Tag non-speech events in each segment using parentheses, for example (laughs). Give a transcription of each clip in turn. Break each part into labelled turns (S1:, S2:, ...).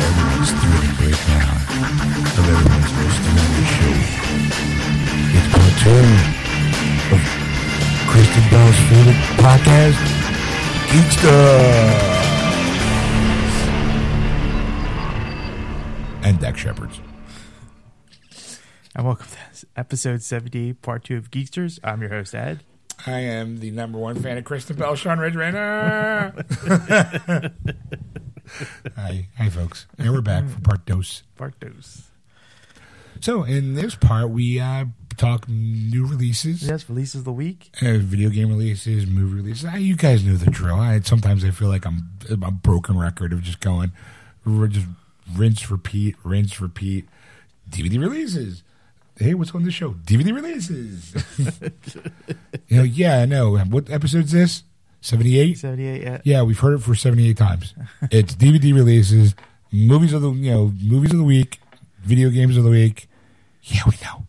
S1: Everyone's doing great now. And everyone's hosting on the show. It's part two of Kristen Bell's favorite podcast, Geek Stuff. And Deck Shepherds.
S2: And welcome to episode 78, part two of Geeksters. I'm your host, Ed.
S3: I am the number one fan of Kristen Bell, Sean Ridge Rainer.
S1: Hi, hi, folks. And we're back for part dos.
S2: Part dose.
S1: So, in this part, we uh, talk new releases,
S2: Yes, releases of the week.
S1: uh, video game releases, movie releases. Ah, you guys know the drill. I sometimes I feel like I'm a broken record of just going, r- just rinse, repeat, rinse, repeat. DVD releases. Hey, what's on the show? DVD releases. (laughs) you know, yeah, I know. What episode's this? Seventy-eight.
S2: 78, yeah.
S1: Yeah, we've heard it for 78 times. It's DVD releases, movies of the you know movies of the week, video games of the week. Yeah, we know.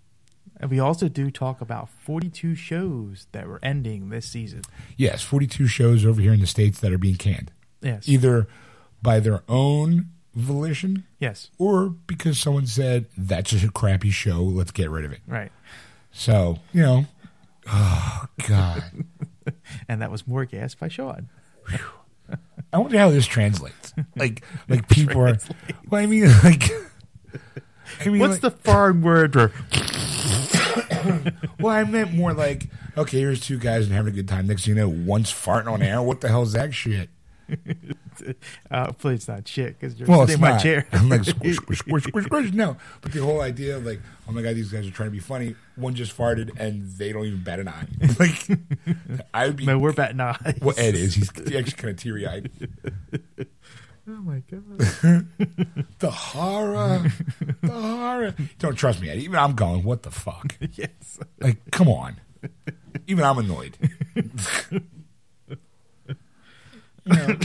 S2: And we also do talk about 42 shows that were ending this season.
S1: Yes, 42 shows over here in the states that are being canned,
S2: Yes.
S1: either by their own volition
S2: Yes.
S1: or because someone said that's just a crappy show. Let's get rid of it.
S2: Right.
S1: So you know, oh god,
S2: And that was more gas by Sean.
S1: I wonder how this translates. Like, like people are. Well, I mean, (laughs) like. I mean, like-
S2: What's the foreign word for (laughs)
S1: Well, I meant more like, okay, here's two guys and having a good time. Next thing you know, one's farting on air. What the hell's that shit?
S2: uh, please not shit because you're
S1: Well, it's
S2: sitting in my
S1: not. (laughs)
S2: chair.
S1: I'm like, squish, squish, squish, squish, squish. No, but the whole idea of like, oh my god, these guys are trying to be funny. One just farted and they don't even bat an eye. (laughs) Like, I would be.
S2: No, we're batting eyes.
S1: Well, Ed is. He's actually kind of teary eyed.
S2: Oh my god.
S1: The horror, the horror. Don't trust me, Ed. Even I'm going. What the fuck?
S2: yes.
S1: Like, come on. Even I'm annoyed. (laughs) You
S2: (laughs)
S1: know.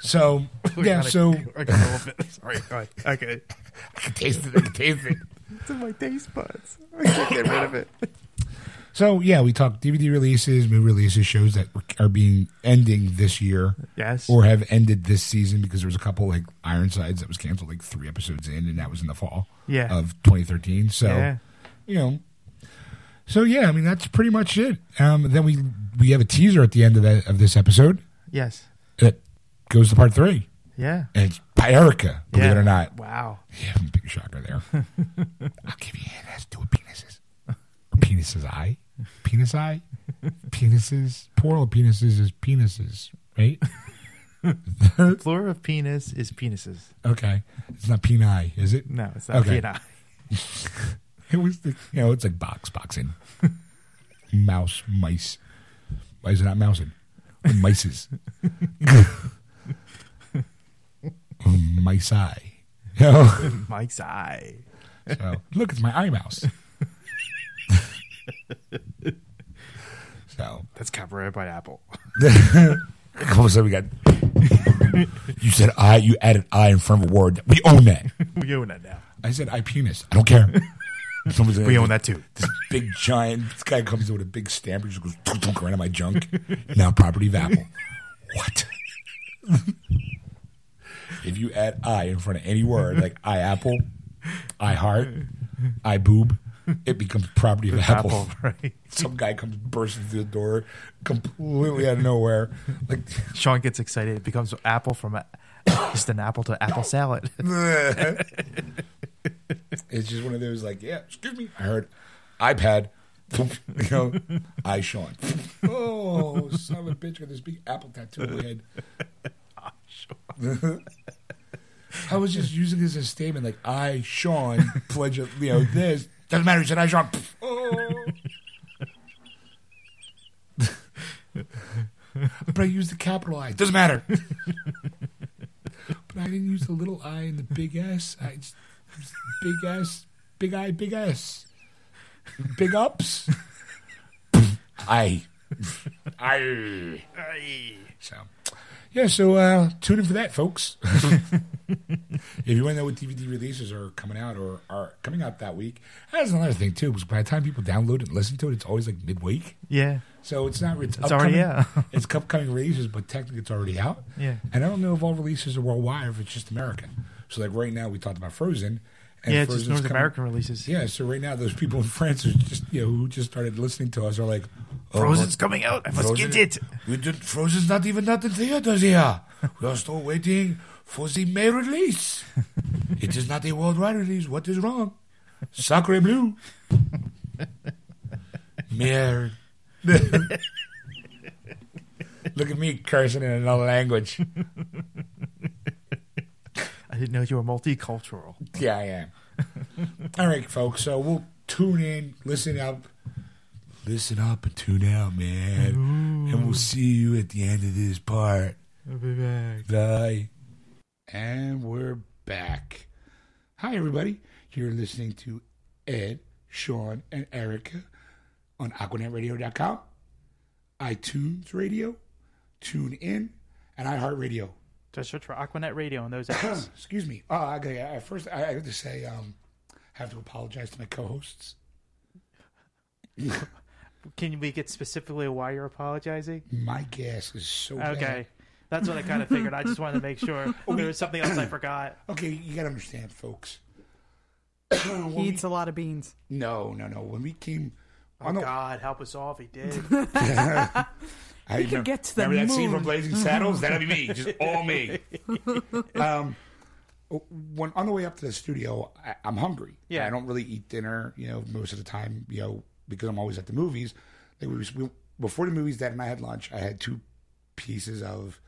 S1: So yeah,
S2: Gotta-
S1: so
S2: (laughs) I got a little bit. Sorry. All right. Okay.
S1: I can taste it. (laughs) I can taste it.
S2: It's in my taste (laughs) buds. I can't get rid of it.
S1: So yeah, we talked DVD releases, movie releases, shows that are being ending this year
S2: Yes.
S1: or have ended this season because there was a couple like Ironsides that was canceled like three episodes in, and that was in the fall
S2: Yeah.
S1: of 2013. So
S2: Yeah.
S1: you know. So yeah, I mean that's pretty much it. Um, then we we have a teaser at the end of that, of this episode
S2: Yes.
S1: that goes to part three,
S2: Yeah.
S1: and it's by Erica, believe it
S2: Yeah.
S1: or not.
S2: Wow.
S1: Yeah, big shocker there. I'll give you a hint. It has to do with penises. Or penises eye, penis eye, penises. Plural of penises is penises, right?
S2: Flora of penis is penises.
S1: Okay, it's not peni, is it?
S2: No, it's not
S1: Okay.
S2: peni.
S1: It was the you know it's like box boxing, mouse mice. Why is it not mousing? Or mices. (laughs) Or mice eye. You know?
S2: (laughs) Mike's eye.
S1: So (laughs) look, it's my eye
S2: (laughs)
S1: mouse. so
S2: That's copyrighted by Apple. (laughs)
S1: all of a sudden we got. You said I. You added I in front of a word. We own
S2: (laughs)
S1: that.
S2: we own that now.
S1: I said I penis. I don't
S2: (laughs)
S1: care. Someone's
S2: We own that too.
S1: This big giant. This guy comes in with a big stamp. He just goes dunk, dunk, right on my junk. Now property of Apple. What? if you add I in front of any word like I apple, I heart, I boob, it becomes property of
S2: Apple, (laughs) right?
S1: some guy comes bursting through the door completely out of nowhere. Like,
S2: Sean gets excited. It becomes Apple from a, (coughs) just an apple to apple salad. (laughs)
S1: (laughs) it's just one of those, like, yeah, excuse me. I heard iPad. (laughs) You know, I Sean. (laughs) Oh, son of a bitch, got this big apple tattoo on my head. (laughs) I was just using this as a statement, like I Sean pledge, of, you know, this doesn't matter. You said I Sean. (laughs) Oh. but I used the capital I. Doesn't matter. but I didn't use the little I and the big S. I just used big S, big I, big S, big (laughs) ups. I, I.
S2: Aye.
S1: So, yeah. So uh, tune in for that, folks. If you want to know what DVD releases are coming out or are coming out that week, that's another thing too. Because by the time people download it and listen to it, it's always like midweek.
S2: Yeah.
S1: So it's not. It's,
S2: It's already
S1: upcoming-
S2: out. (laughs)
S1: it's upcoming releases, but technically it's already out.
S2: Yeah.
S1: And I don't know if all releases are worldwide, or if it's just American. So like right now, we talked about Frozen. And
S2: yeah, it's just
S1: Frozen's
S2: North
S1: coming-
S2: American releases.
S1: Yeah. So right now, those people in (laughs) France who just you know who just started listening to us are like, oh,
S2: Frozen's coming out. I must
S1: Frozen-
S2: get it.
S1: We did, Frozen's not even out in theaters here. We are still waiting for the May
S2: (laughs)
S1: release. it is not a worldwide release. What is wrong? Sacre bleu.
S2: (laughs)
S1: Merde. Look at me cursing in another language.
S2: I didn't know you were multicultural.
S1: Yeah, I am. All right, folks. So we'll tune in, listen up, listen up, and tune out, man. And we'll see you at the end of this part.
S2: I'll be back.
S1: Bye. And we're back. Hi, everybody. You're listening to Ed, Sean, and Erica on AquanetRadio.com, iTunes Radio, Tune In, and iHeartRadio.
S2: Just search for Aquanet Radio on those (coughs) apps.
S1: Excuse me. Uh, I gotta, I- first, I I have to say, um, I have to apologize to my co-hosts.
S2: Can we get specifically why you're apologizing?
S1: My gas is so bad.
S2: Okay. That's what I kind of figured. I just wanted to make sure (laughs) there was something else I forgot.
S1: Okay, you gotta understand, folks.
S4: He eats a lot of beans.
S1: No, no, no. When we came,
S2: Oh, God, help us all if he did. (laughs)
S1: I
S4: could
S1: remember-
S4: get to the
S1: remember that scene
S4: moon.
S1: from Blazing Saddles? That'd be
S4: (laughs)
S1: me, just all me. um, when on the way up to the studio, I, I'm hungry.
S2: Yeah.
S1: I don't really eat dinner, you know, most of the time, you know, because I'm always at the movies. Like we, we, before the movies, Dad and I had lunch. I had two pieces of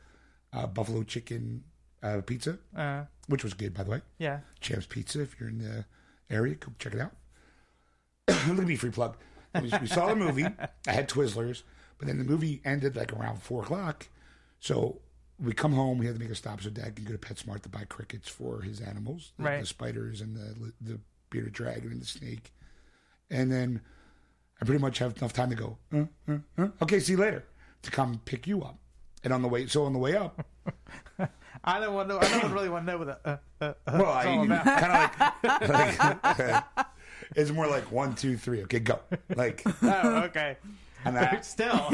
S1: uh, buffalo chicken uh, pizza,
S4: Uh-huh.
S2: Uh,
S1: which was good, by the way.
S2: yeah.
S1: Champs Pizza. If you're in the area, go check it out. (clears throat) Look at me, free plug. We, we saw the movie. I had Twizzlers, but then the movie ended like around four o'clock. So we come home. We had to make a stop so Dad can go to PetSmart to buy crickets for his animals, the,
S2: Right.
S1: the spiders and the the bearded dragon and the snake. And then I pretty much have enough time to go. Uh, uh, uh, okay, see you later. To come pick you up, and on the way, so on the way up,
S2: I don't want to. I don't really want to know what the. Uh, uh, uh,
S1: Well,
S2: (laughs) it's all
S1: I,
S2: about.
S1: kind of
S2: (laughs)
S1: like, like, (laughs) it's more like one, two, three. Okay, go. Like,
S2: Oh, okay.
S1: and I-
S2: (laughs) Still,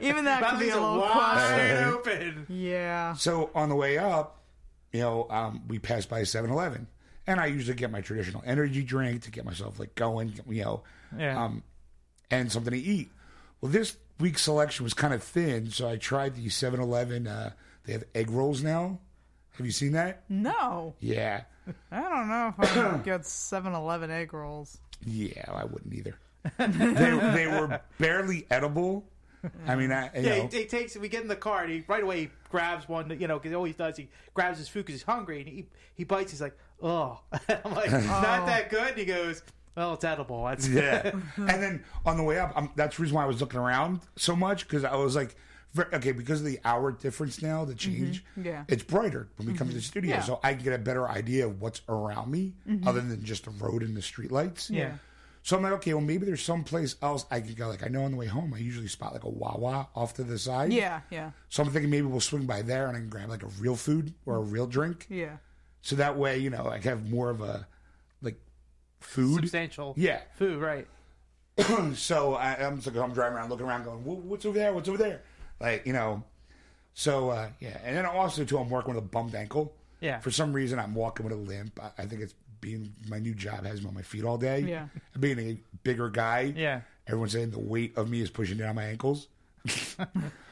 S4: Even that
S2: that
S4: could be
S2: leaves
S4: a
S2: it
S4: little
S2: wide
S1: question.
S2: open.
S4: Yeah.
S1: so on the way up, you know, um, we passed by 7-Eleven, and I usually get my traditional energy drink to get myself like going, you know,
S2: Yeah.
S1: um, and something to eat. Well, this week's selection was kind of thin, so I tried the 7-Eleven. Uh, they have egg rolls now. Have you seen that?
S2: Mm.
S4: No.
S1: Yeah,
S4: I don't know
S2: (coughs)
S4: if I get 7 Eleven egg rolls.
S1: yeah. I wouldn't
S2: (laughs)
S1: either. they, they were barely edible. I mean, I you
S2: yeah,
S1: know,
S2: he, he takes. We get in the car, and he right away he grabs one. You know, because he always does. He grabs his food because he's hungry, and he he bites. He's like, "Oh," (laughs) I'm like, "Not that good." And he goes, "Well, it's edible." That's
S4: (laughs)
S1: Yeah.
S4: Uh-huh.
S1: and then on the way up, i that's the reason why I was looking around so much because I was like, ver- okay, because of the hour difference now, the change,
S4: Mm-hmm. Yeah. Mm-hmm.
S1: it's brighter when we come to the studio.
S4: Yeah. Mm-hmm.
S1: So I can get a better idea of what's around me other than just the road and the street lights.
S2: Yeah.
S1: So I'm like, okay, well, maybe there's someplace else I can go. Like, I know on the way home, I usually spot like a Wawa off to the side.
S4: Yeah, yeah,
S1: So I'm thinking maybe we'll swing by there and I can grab like a real food or a real drink.
S4: yeah.
S1: So that way, you know, I can have more of a like food.
S2: (laughs) substantial.
S1: Yeah.
S2: food, right?
S1: so I, I'm just like, I'm driving around, looking around, going, "Wha- "What's over there? What's over there?" Like you know. So uh, yeah, and then also too, I'm working with a bummed ankle.
S2: Yeah.
S1: For some reason, I'm walking with a limp. I, I think it's being my new job has me on my feet all day.
S4: Yeah.
S1: And Being a bigger guy.
S2: Yeah.
S1: Everyone's saying the weight of me is pushing down my ankles. (laughs)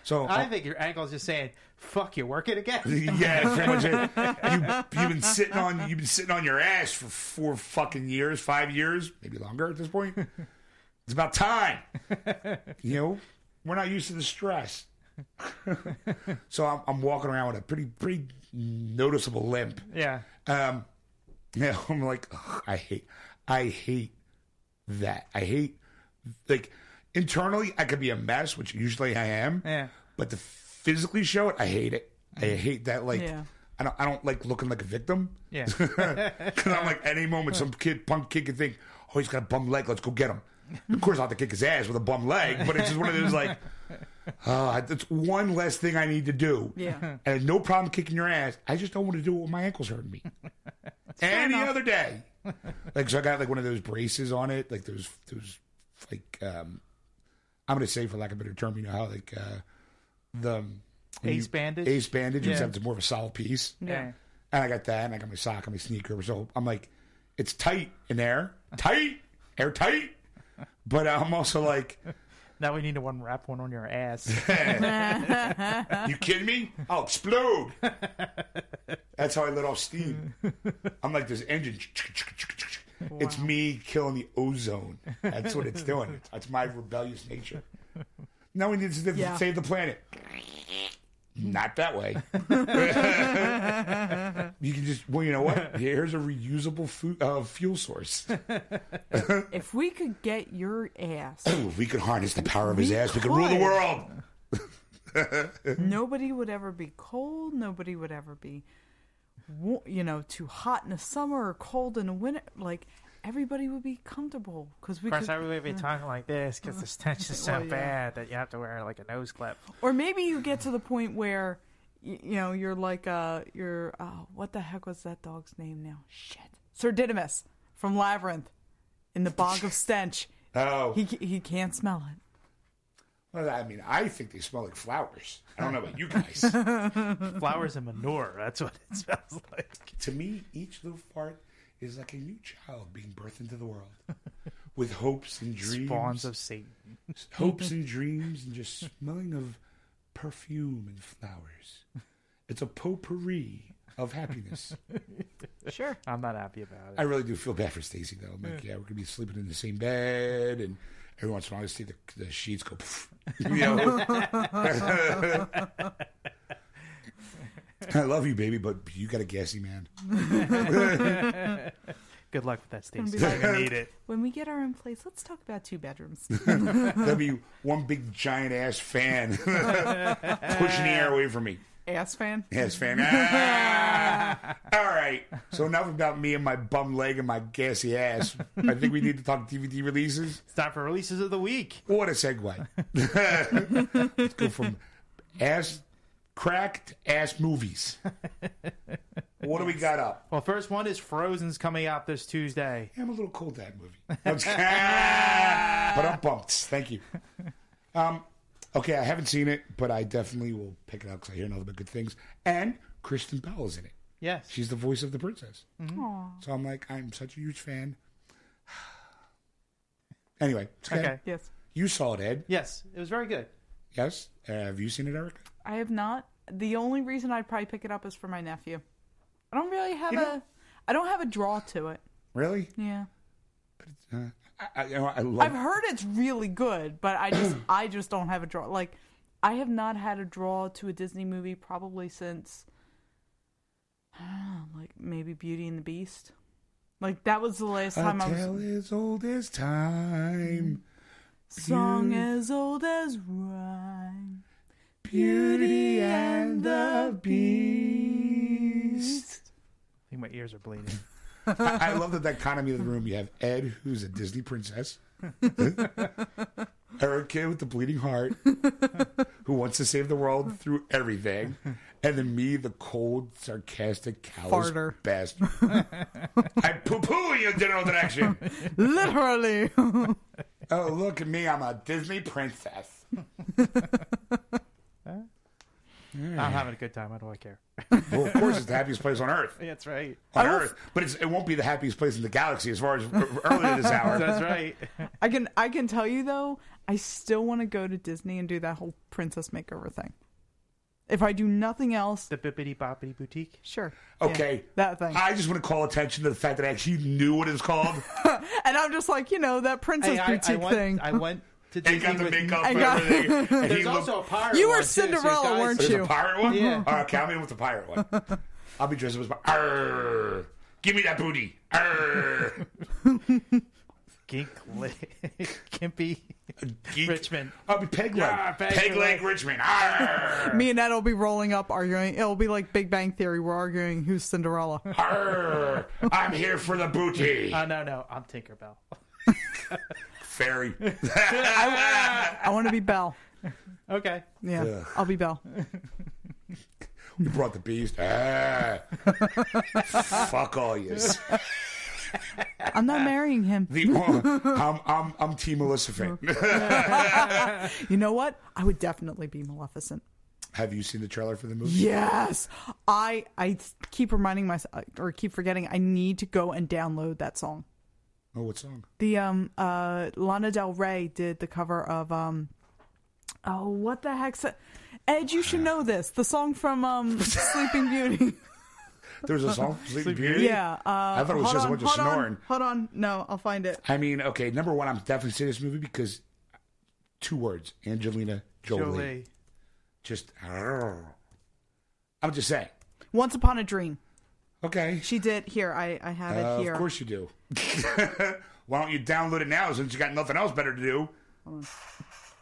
S1: so
S2: I think your ankle's just saying, "Fuck, you work it again."
S1: (laughs) yeah, that's pretty much it. You, you've been sitting on you've been sitting on your ass for four fucking years, five years, maybe longer at this point. It's about time. You know, we're not used to the stress. (laughs) so I'm, I'm walking around with a pretty pretty noticeable limp.
S2: (laughs) Yeah,
S1: Um, now (laughs) I'm like, "Ugh, I hate, I hate that. I hate like internally, I could be a mess, which usually I am.
S2: Yeah.
S1: But to physically show it, I hate it. I hate that. Like,
S4: Yeah.
S1: I don't, I don't like looking like a victim. (laughs)
S2: yeah.
S1: Because I'm like, any moment, some kid, punk kid, could think,
S2: (laughs)
S1: "Oh, he's got a bum leg. Let's go get him." Of course, I will have to kick his ass with a bum leg, but it's just one of those like, Uh, that's one less thing I need to do.
S4: Yeah.
S1: And no problem kicking your ass. I just don't want to do it when my ankle's hurting
S2: (laughs)
S1: me. Any
S4: enough.
S1: other day. like so I got like one of those braces on it, like those those like um I'm gonna say for lack of a better term, you know how like uh the when
S2: Ace
S1: you-
S2: bandage?
S1: Ace bandage,
S2: Yeah.
S1: except it's more of a solid piece.
S4: Yeah.
S1: And I got that, and I got my sock and my sneaker. So I'm like, it's tight in there, tight, airtight. But I'm also like,
S2: Now we need to one wrap one on your (laughs) ass.
S1: you kidding me? I'll explode. That's how I let off steam. I'm like this engine. It's me killing the ozone. That's what it's doing. That's my rebellious nature. Now we need to
S4: Yeah.
S1: save the planet. Not that way. you can just well, you know what? Here's a reusable fu- uh, fuel source.
S4: If we could get your
S2: (coughs)
S4: ass,
S1: If we could harness the power of his
S4: We
S1: ass, we could rule the
S4: could.
S1: world.
S4: nobody would ever be cold. Nobody would ever be, wa- you know, too hot in the summer or cold in the winter. Like everybody would be comfortable because we
S2: Of course,
S4: could.
S2: everybody would be talking like this because the stench is so
S4: Well, yeah.
S2: bad that you have to wear like a nose clip.
S4: Or maybe you get to the point where, y- you know, you're like, uh, you're, oh, what the heck was that dog's name now? Shit. Sir Didymus from Labyrinth in the bog of stench.
S1: (laughs) Oh,
S4: He, ca- he can't smell it.
S1: well, I mean, I think they smell like flowers. I don't know about you guys.
S2: Flowers and manure. That's what it smells (laughs) like.
S1: To me, each little fart is like a new child being birthed into the world (laughs) with hopes and dreams.
S2: Spawns of Satan.
S1: (laughs) hopes and dreams and just smelling of perfume and flowers. It's a potpourri of
S2: (laughs)
S1: happiness.
S4: Sure.
S2: I'm not happy about
S1: I
S2: it.
S1: really do feel bad for Stacy though. I'm like, yeah, we're gonna be sleeping in the same bed and every once in a while I see the, the sheets go poof. (laughs) You
S2: (laughs)
S1: know? I love you, baby, but you got a gassy man.
S2: Good luck with that,
S4: gonna
S2: Stacey.
S4: be
S2: You're gonna need it. (laughs)
S4: When we get our own place, let's talk about
S1: (laughs)
S4: two bedrooms.
S1: That'd be one big giant ass fan (laughs) pushing the air away from me.
S4: Ass fan.
S1: Ass fan. Ah! All right. So enough about me and my bum leg and my gassy ass. I think we need to talk DVD releases.
S2: It's time for releases of the week.
S1: What a segue. (laughs) Let's go from ass crack to ass movies. What do we got up?
S2: Well, first one is Frozen's coming out this Tuesday.
S1: I'm a little cold that movie. (laughs) I'm just- but I'm bumped. Thank you. Um, okay, I haven't seen it, but I definitely will pick it up because I hear nothing but good things. And Kristen Bell is in it.
S2: Yes.
S1: She's the voice of the princess. So I'm like, I'm such a huge fan. (sighs) anyway, it's okay.
S2: Okay.
S4: Yes.
S1: You saw it, Ed.
S2: Yes, it was very good.
S1: Yes. Uh, have you seen it, Erica?
S4: I have not. The only reason I'd probably pick it up is for my nephew. I don't really have
S1: You know-
S4: a. I don't have a draw to it.
S1: Really?
S4: Yeah.
S1: Uh, I, I, you know, I love.
S4: I've heard it's really good, but
S1: (clears throat)
S4: I just I just don't have a draw. Like I have not had a draw to a Disney movie probably since I don't know, like maybe Beauty and the Beast. Like that was the last time
S1: a
S4: I
S1: tale
S4: was
S1: as old as time.
S4: song as old as rhyme.
S1: Beauty and the Beast.
S2: I think my ears are bleeding.
S1: I love the dichotomy of the room. You have Ed, who's a Disney princess, (laughs) Erica with the bleeding heart, who wants to save the world through everything, and then me, the cold, sarcastic, callous
S4: Farter.
S1: bastard. (laughs) I poo poo your general direction.
S4: Literally. (laughs)
S1: Oh, look at me. I'm a Disney princess.
S2: I'm having a good time. I don't care.
S1: Well, of course, it's the happiest place on earth.
S2: That's right.
S1: On
S4: I will-
S1: earth. But it's, it won't be the happiest place in the galaxy as far as earlier this hour.
S2: That's right. (laughs)
S4: I can I can tell you though, I still want to go to Disney and do that whole princess makeover thing. If I do nothing else,
S2: The Bippity Boppity Boutique.
S4: sure. Yeah,
S1: Okay.
S4: that thing.
S1: I just want to call attention to the fact that I actually knew what it was called.
S4: and I'm just like, you know, that princess
S2: Hey, I,
S4: boutique
S2: I went,
S4: thing.
S2: I went to
S1: They
S2: Disney
S1: got the
S2: with-
S1: makeup
S4: I
S1: and
S4: got-
S1: everything. And he
S2: There's
S1: looked-
S2: also a pirate.
S4: You were
S2: one, too, so you
S4: Cinderella,
S2: guys-
S4: weren't
S1: There's
S4: you.
S1: a pirate one?
S2: Yeah.
S1: All right, okay, I'm in with the pirate one. I'll be dressed up as my. Arr, give me that booty. Arr,
S2: Gink, (laughs) Kimpy,
S1: geek.
S2: Richmond.
S1: I'll be peg leg.
S2: Yeah,
S1: peg
S2: peg
S1: leg
S2: leg.
S1: Richmond. Arr,
S4: Me and Ed will be rolling up arguing. It'll be like Big Bang Theory. We're arguing who's Cinderella.
S1: arr, I'm here for the booty.
S2: (laughs) Oh, no, no. I'm Tinkerbell.
S1: Fairy.
S4: I want to be Belle.
S2: (laughs) Okay.
S4: Yeah.
S1: Yeah.
S4: I'll be Belle.
S1: We brought the beast. Ah. Fuck all yous.
S4: I'm not marrying him.
S1: The, oh, I'm, I'm, I'm Team Maleficent.
S4: You know what? I would definitely be Maleficent.
S1: Have you seen the trailer for the movie?
S4: Yes. I I keep reminding myself or keep forgetting I need to go and download that song.
S1: Oh, what song?
S4: The um uh Lana Del Rey did the cover of um oh what the heck's Ed, you should know this. The song
S1: (laughs)
S4: from um Sleeping Beauty. (laughs)
S1: There was a song, Sleeping Beauty?
S4: yeah. Uh, I
S1: thought it was just a bunch of snoring.
S4: hold on. No, I'll find it.
S1: I mean, okay, number one, I'm definitely seeing this movie because two words Angelina Jolie.
S2: Jolie.
S1: Just, I'm just saying.
S4: Once Upon a Dream.
S1: Okay.
S4: She did here. I I have it
S1: Uh,
S4: here.
S1: Of course you do. (laughs) Why don't you download it now since you got nothing else better to do?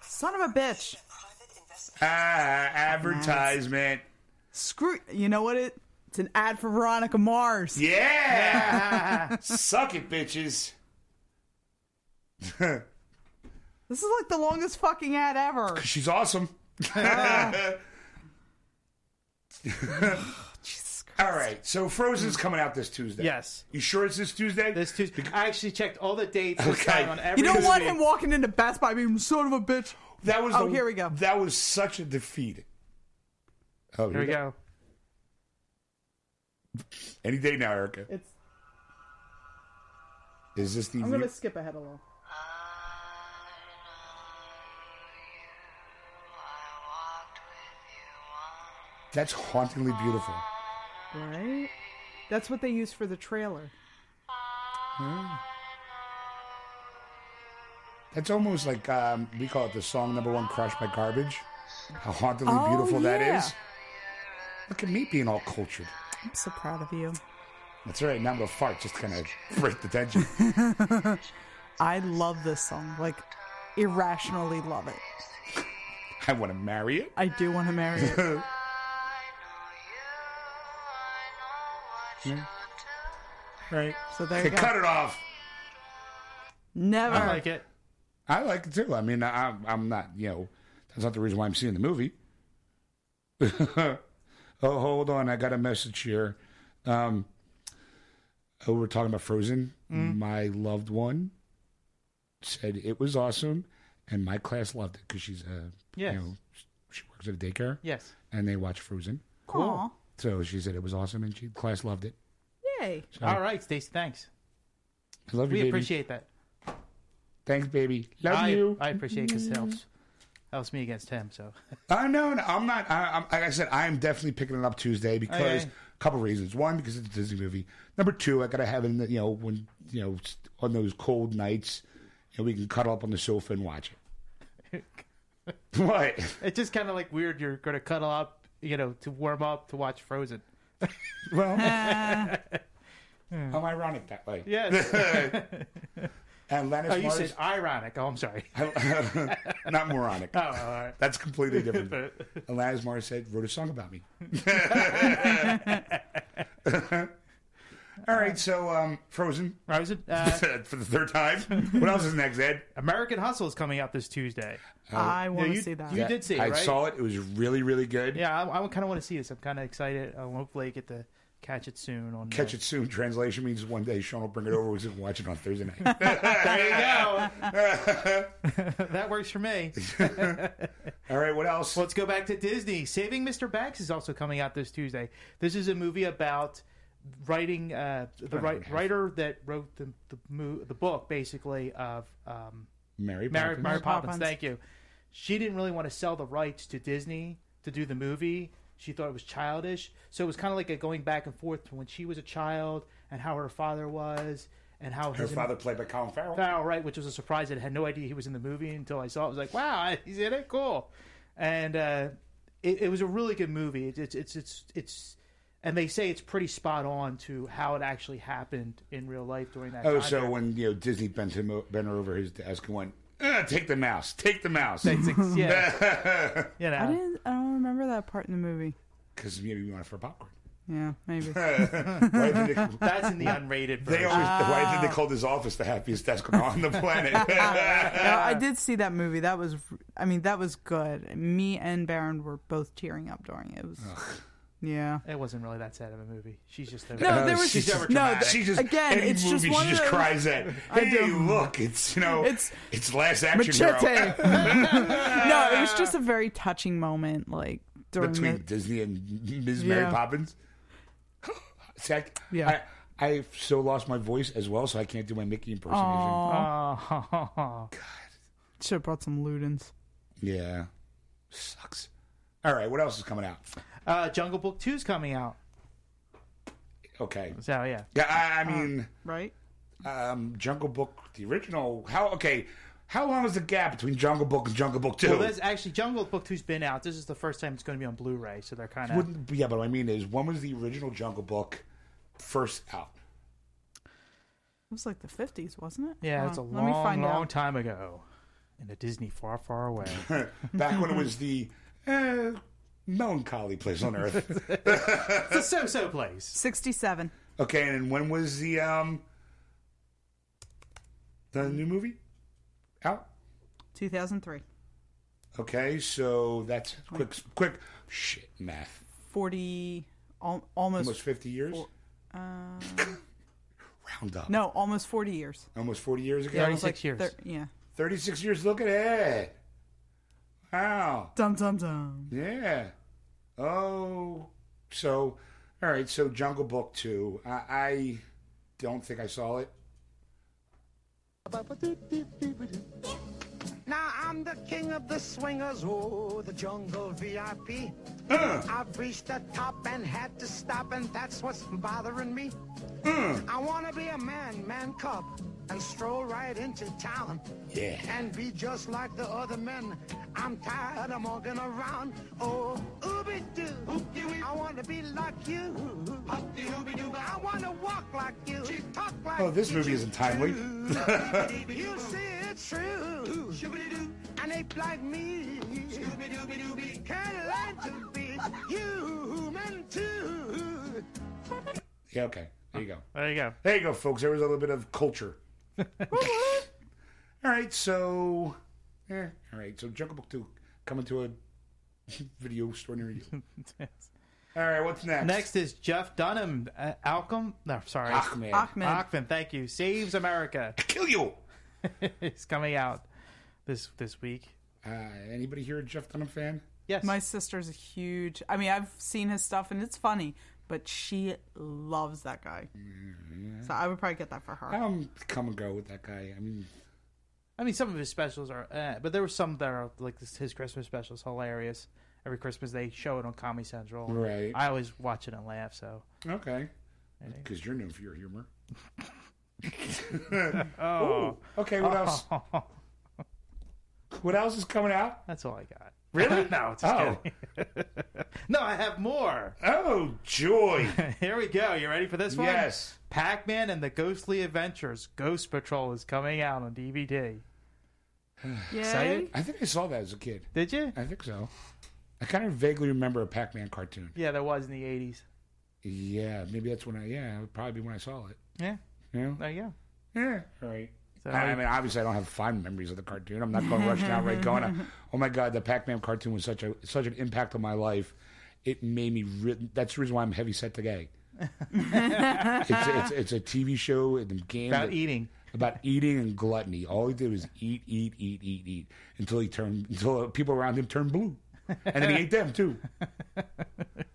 S4: Son of a bitch.
S1: Ah, advertisement.
S4: Screw You know what it it's an ad for Veronica Mars.
S1: Yeah.
S2: (laughs)
S1: Suck it, bitches.
S4: This is like the longest fucking ad ever.
S1: (laughs) She's
S2: (laughs)
S1: awesome.
S2: Oh,
S1: All right, so Frozen's coming out this Tuesday.
S2: Yes.
S1: You sure it's this Tuesday?
S2: This Tuesday. I actually checked all the dates this
S1: Okay.
S2: time on every
S4: You don't want
S2: movie.
S4: him walking into Best Buy being son of a bitch.
S1: That was
S4: Oh,
S1: the-
S4: here we go.
S1: That was such a defeat. Oh,
S2: Here we go.
S1: Any day now, Erica.
S4: It's.
S1: Is this the?
S4: I'm gonna skip ahead a little.
S1: That's hauntingly beautiful.
S4: Right. That's what they used for the trailer.
S1: That's almost like um, we call it the song number one, "Crushed by Garbage." How hauntingly beautiful
S4: Oh, yeah.
S1: that is. Look at me being all cultured.
S4: I'm so proud of you.
S1: That's all right. Now I'm gonna fart just to kind of break the tension. (laughs)
S4: I love this song. Like, irrationally love it.
S1: I want to marry it. (laughs)
S4: I do want to marry it.
S1: Right.
S4: So there
S1: Okay,
S4: you
S2: (laughs)
S4: go.
S1: cut it off.
S4: Never.
S2: I like it.
S1: I like it too. I mean, I, I'm- I'm not, you know, that's not the reason why I'm seeing the movie. (laughs) oh, hold on. I got a message here. Um, oh, we're talking about Frozen.
S2: Mm-hmm.
S1: My loved one said it was awesome, and my class loved it because she's a,
S2: Yes.
S1: you know, she works at a daycare,
S2: Yes.
S1: and they watch Frozen.
S4: Aw.
S1: So she said it was awesome, and she class loved it.
S4: Yay.
S1: So,
S2: All right, Stacey. Thanks.
S1: I love you,
S2: We
S1: baby.
S2: appreciate that.
S1: Thanks, baby. Love
S2: I,
S1: you.
S2: I appreciate because it helps. Helps me against him. So (laughs)
S1: Uh, no, no, I'm not. I, I'm, like I said, I'm definitely picking it up Tuesday because
S2: Okay.
S1: a couple reasons. One, because it's a Disney movie. Number two, I gotta have it. in the- You know, when you know, s- on those cold nights, and we can cuddle up on the sofa and watch
S2: (laughs)
S1: it. what?
S2: it's just kind of like weird. You're going to cuddle up, you know, to warm up to watch Frozen. (laughs)
S1: Well, (laughs) I'm ironic that way. (laughs)
S2: Yes.
S1: And
S2: oh,
S1: Lannis
S2: you
S1: Mars,
S2: said ironic. Oh, I'm sorry.
S1: not moronic.
S2: (laughs) Oh, all right.
S1: That's completely different.
S2: (laughs)
S1: Alanis Morissette said, wrote a song about me. (laughs) All right, so um, Frozen
S2: Frozen. Uh,
S1: (laughs) for the third time. What else is next, Ed?
S2: American Hustle is coming out this Tuesday.
S4: I want to
S2: Uh, you-
S4: see that.
S2: you- did see it,
S1: I
S2: right?
S1: saw it. It was really, really good.
S2: Yeah, I, I kind of want to see this. I'm kind of excited. I'll hopefully get to catch it soon. On
S1: Catch it soon. Translation means one day Sean will bring it over. We can watch it on Thursday night.
S2: (laughs) There you go. (laughs) that works for me.
S1: All right, what else?
S2: Let's go back to Disney. Saving Mr. Banks is also coming out this Tuesday. This is a movie about writing uh, the wri- writer that wrote the the, mo- the book basically of um,
S1: Mary
S2: Mary,
S1: Poppins.
S2: Mary Poppins,
S4: Poppins.
S2: Thank you. She didn't really want to sell the rights to Disney to do the movie. She thought it was childish. So it was kind of like a going back and forth to when she was a child and how her father was and how
S1: Her
S2: his
S1: father played by Colin Farrell.
S2: Farrell, right, which was a surprise. I had no idea he was in the movie until I saw it. I was like, wow, (laughs) he's in it, cool. And uh, it, it was a really good movie. It's it's it's it's, it's and they say it's pretty spot on to how it actually happened in real life during that.
S1: Oh,
S2: time
S1: so
S2: period.
S1: when you know Disney bent him o- bent her over his desk and went, "Eh, "Take the mouse, take the mouse," (laughs)
S2: It's like- yeah, you
S4: I
S2: know,
S4: didn't. I don't remember that part in the movie.
S1: because maybe we want it for popcorn.
S4: Yeah,
S2: (laughs)
S4: maybe.
S1: why, did they,
S2: That's in the unrated
S1: they
S2: version.
S1: always, why did they call this office the happiest desk on the
S2: (laughs)
S1: planet?
S4: No, I did see that movie. That was, I mean, that was good. Me and Baron were both tearing up during it. It was, yeah.
S2: it wasn't really that sad of a movie. She's just a,
S4: No, there was
S1: she's
S4: no.
S2: overdramatic.
S4: th-
S1: she just
S4: again,
S1: any
S4: it's
S1: movie,
S4: just
S1: she
S4: one of
S1: just
S4: those-
S1: cries at.
S4: I
S1: Hey,
S4: don't-
S1: look, it's you know,
S4: It's-
S1: it's it's last action hero
S2: (laughs)
S4: Machete. no, it was just a very touching moment, like during
S1: between
S4: the,
S1: Disney and Ms. Mary
S4: Yeah.
S1: Poppins. (gasps) See, I,
S4: Yeah.
S1: I, I've so lost my voice as well, so I can't do my Mickey impersonation.
S4: (laughs)
S2: Oh,
S4: should have brought some Ludens.
S1: Yeah, sucks. All right, what else is coming out?
S2: uh, Jungle Book 2's coming out.
S1: Okay,
S2: So yeah,
S1: yeah, I, I
S4: Uh,
S1: mean,
S4: Right?
S1: um, Jungle Book, the original. How okay? How long is the gap between Jungle Book and Jungle Book Two?
S2: well, that's actually Jungle Book 2's been out. This is the first time it's going to be on Blu-ray, so they're kind of
S1: Wouldn't, yeah, but what I mean is, when was the original Jungle Book first out? (laughs)
S4: It was like the fifties, wasn't it?
S2: yeah.
S4: Huh.
S2: It's a
S4: Let me
S2: long,
S4: find
S2: long
S4: out.
S2: time ago in a Disney far, far away.
S4: (laughs)
S1: Back when it was the eh, melancholy place on earth.
S2: it's a so-so place.
S4: Sixty-seven.
S1: Okay, and when was the um the new movie out?
S4: 2003.
S1: Okay, so that's quick, quick shit math.
S4: 40, al- almost, uh,
S1: Almost fifty years. Round up.
S4: no, almost 40 years.
S1: Almost forty years ago.
S2: Yeah,
S4: It was
S2: 36
S4: like
S2: years.
S4: thir- yeah.
S1: Thirty-six years. Look at it. Wow.
S4: Dum, dum, dum.
S1: Yeah. Oh, so all right. So Jungle Book two. I, I don't think I saw it.
S5: Now I'm the king of the swingers, oh, the jungle VIP. I've reached the top and had to stop, and that's what's bothering me. I wanna be a man, man cub, and stroll right into town.
S1: Yeah.
S5: And be just like the other men. I'm tired of walking around. Oh, ooby doo. I wanna be like you. I wanna walk like you. Talk like
S1: Oh, this
S5: you.
S1: movie isn't timely.
S5: You see it's true. And ape like me. Can learn to be human too.
S1: Yeah. Okay. There you go.
S2: There you go. (laughs)
S1: There you go, folks. There was a little bit of culture. all right. So. Yeah. All right. So Jungle Book two coming to a (laughs) video store near (laughs) you. All right. What's next?
S2: Next is Jeff Dunham, uh, Alcom. No, sorry,
S1: Ahmed.
S4: Ahmed.
S2: Achman, thank you. Saves America (laughs)
S1: Kill you.
S2: is coming out this this week.
S1: Uh, anybody here a Jeff Dunham fan?
S2: Yes,
S4: My sister's a huge, I mean, I've seen his stuff and it's funny, but she loves that guy.
S1: Mm-hmm.
S4: So I would probably get that for her.
S1: I'm come and go with that guy. I mean,
S2: I mean some of his specials are, eh, but there were some that are like this, his Christmas specials hilarious. Every Christmas they show it on Comedy Central.
S1: Right.
S2: I always watch it and laugh. So
S1: okay. Because you're known for your (laughs) humor.
S2: oh,
S1: Okay, what else? What else is coming out?
S2: (laughs) that's all I got.
S1: Really?
S2: No, it's
S1: (laughs)
S2: just
S1: Oh,
S2: kidding. (laughs) no, I have more.
S1: oh, joy!
S2: Here we go. You ready for this one?
S1: yes,
S2: Pac-Man and the Ghostly Adventures Ghost Patrol is coming out on DVD.
S4: Yay.
S2: excited?
S1: I think I saw that as a kid.
S2: Did you?
S1: I think so. I kind of vaguely remember a Pac-Man cartoon.
S2: Yeah, there was in the 80s.
S1: Yeah, maybe that's when I. Yeah, it would probably be when I saw it.
S2: Yeah,
S1: Yeah,
S2: there you go.
S1: yeah. All right.
S2: So-
S1: I mean, obviously, I don't have fond memories of the cartoon. I'm not going rushing out
S2: (laughs)
S1: right going, uh, "Oh my God, the Pac-Man cartoon was such a such an impact on my life. It made me. Re- that's the reason why I'm heavy set
S2: (laughs)
S1: today. it's, it's it's a TV show and a game
S2: About
S1: that-
S2: eating.
S1: about eating and gluttony. All he did was eat, eat, eat, eat, eat until he turned until people around him turned blue, and then he ate them
S2: (laughs)
S1: too.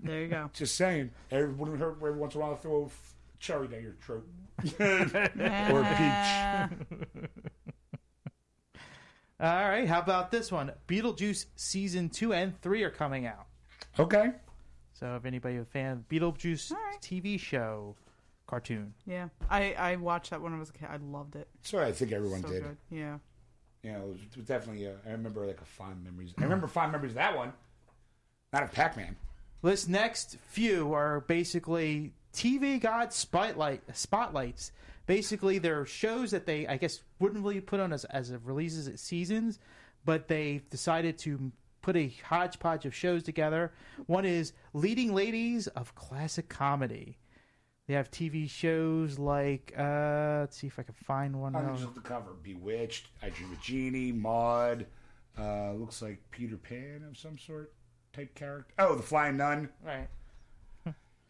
S4: There you (laughs) go.
S1: Just saying, every, wouldn't hurt every once in a while to throw a f- cherry down your throat
S2: (laughs)
S1: or a peach.
S2: All right, how about this one? Beetlejuice season two and three are coming out.
S1: Okay,
S2: So if anybody is a fan of Beetlejuice
S4: All right.
S2: TV show cartoon,
S4: Yeah. I, I watched that when I was a kid. I loved it.
S1: so I think everyone
S4: So
S1: did.
S4: good. Yeah.
S1: You know, it was, it was definitely. uh, I remember like a fond memories. I remember fond memories of that one, not of Pac-Man.
S2: this next few are basically TV God spotlight spotlights. Basically, they're shows that they I guess wouldn't really put on as as a releases at seasons, but they decided to put a hodgepodge of shows together. One is Leading Ladies of Classic Comedy. They have TV shows like uh, let's see if I can find one.
S1: I'm
S2: now.
S1: just at the cover. Bewitched, I Dream of Genie, Maud, uh, looks like Peter Pan of some sort type character. Oh, The Flying Nun.
S2: Right,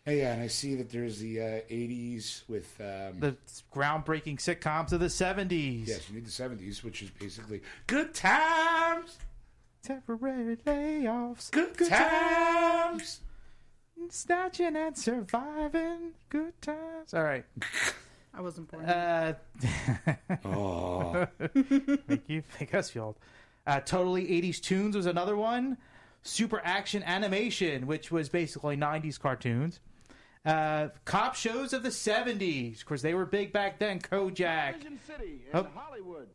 S1: Hey, yeah, and I see that there's the uh, 80s with. Um,
S2: the groundbreaking sitcoms of the seventies.
S1: yes, you need the 70s, which is basically good times,
S2: Temporary layoffs,
S1: good, times.
S2: snatching and surviving, good times. All right.
S4: I wasn't born.
S2: Uh, (laughs) make you make us feel old. Uh, totally 80s tunes was another one. Super action animation, which was basically 90s cartoons. Uh, cop shows of the 70s. Of course, they were big back then. Kojak.
S5: City
S2: Oh.
S5: Hollywood.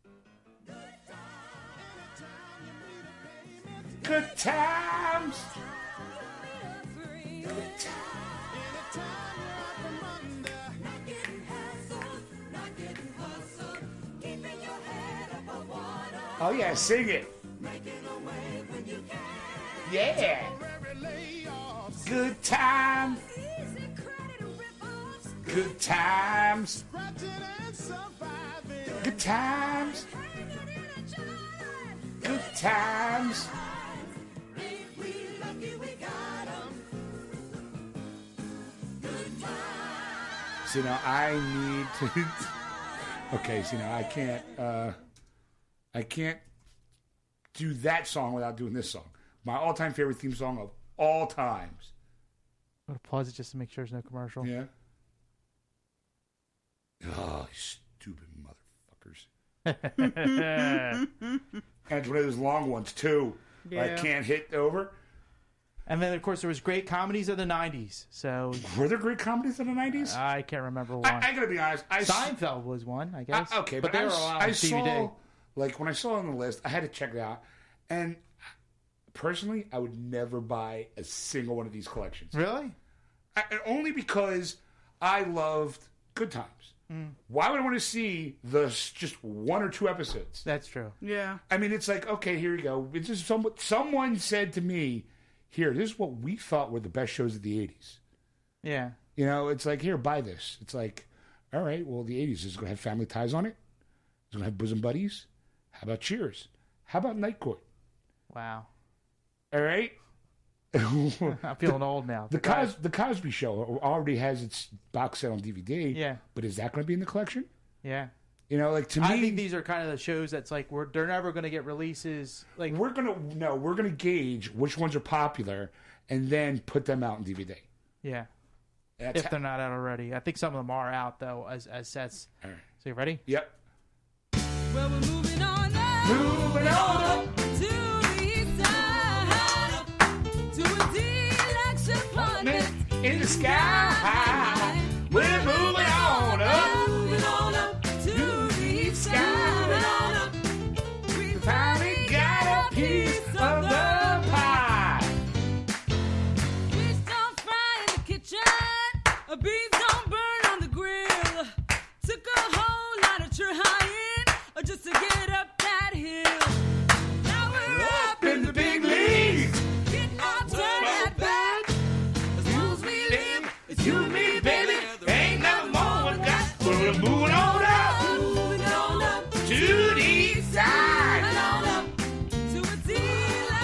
S1: Good times. Oh, yeah, sing it. Yeah. Good times. Good times. Good times. Good times. So now I need to. (laughs) okay, so now I can't. Uh, I can't do that song without doing this song. My all-time favorite theme song of all times.
S2: I'm going to pause it just to make sure there's no commercial.
S1: Yeah. Oh, stupid motherfuckers! and it's one of those long ones too. I
S4: Yeah.
S1: can't hit over.
S2: And then, of course, there was great comedies of the 90s. So
S1: Were there great comedies in the nineties?
S2: I can't remember one.
S1: I, I gotta be honest. I s-
S2: Seinfeld was one, I guess.
S1: I- okay, but,
S2: they
S1: I,
S2: were
S1: s-
S2: all
S1: I
S2: on DVD.
S1: saw like when I saw it on the list, I had to check it out. And personally, I would never buy a single one of these collections.
S2: Really?
S1: I, and only because I loved Good Times.
S2: Mm.
S1: Why would I want to see the s- just one or two episodes?
S2: That's true.
S4: yeah.
S1: I mean, it's like okay, here you go. It's just some, someone said to me, "Here, this is what we thought were the best shows of the '80s."
S2: Yeah.
S1: You know, it's like here, buy this. It's like, all right, well, the '80s is going to have Family Ties on it. It's going to have Bosom Buddies. How about Cheers? How about Night Court?
S2: Wow.
S1: All right. (laughs)
S2: I'm feeling old now.
S1: The, Cos- the Cosby Show already has its box set on DVD.
S2: Yeah.
S1: But is that going to be in the collection?
S2: Yeah.
S1: You know, like to me,
S2: I think these are kind of the shows that's like we're they're never going to get releases. Like
S1: we're gonna no, we're gonna gauge which ones are popular and then put them out in DVD.
S2: yeah,
S1: That's
S2: if they're not out already, I think some of them are out though as as sets.
S1: how- all right.
S2: So you ready?
S1: Yep.
S6: Well, we're moving on now.
S1: Moving on up.
S6: To the east side, to a deluxe apartment
S1: In the sky, we're moving on up.
S6: Moving on up to the east side. Moving on up. We
S1: Finally got a piece of the pie.
S6: Fish don't fry in the kitchen. Beans don't burn on the grill. Took a whole lot of trying uh, just to get up that hill. Now we're up in the big leagues. Get our turn at bat. As long as we live, it's you and me, baby. Ain't nothing more we got. We're moving on up. Moving on up to the east side. Moving on up to a deal.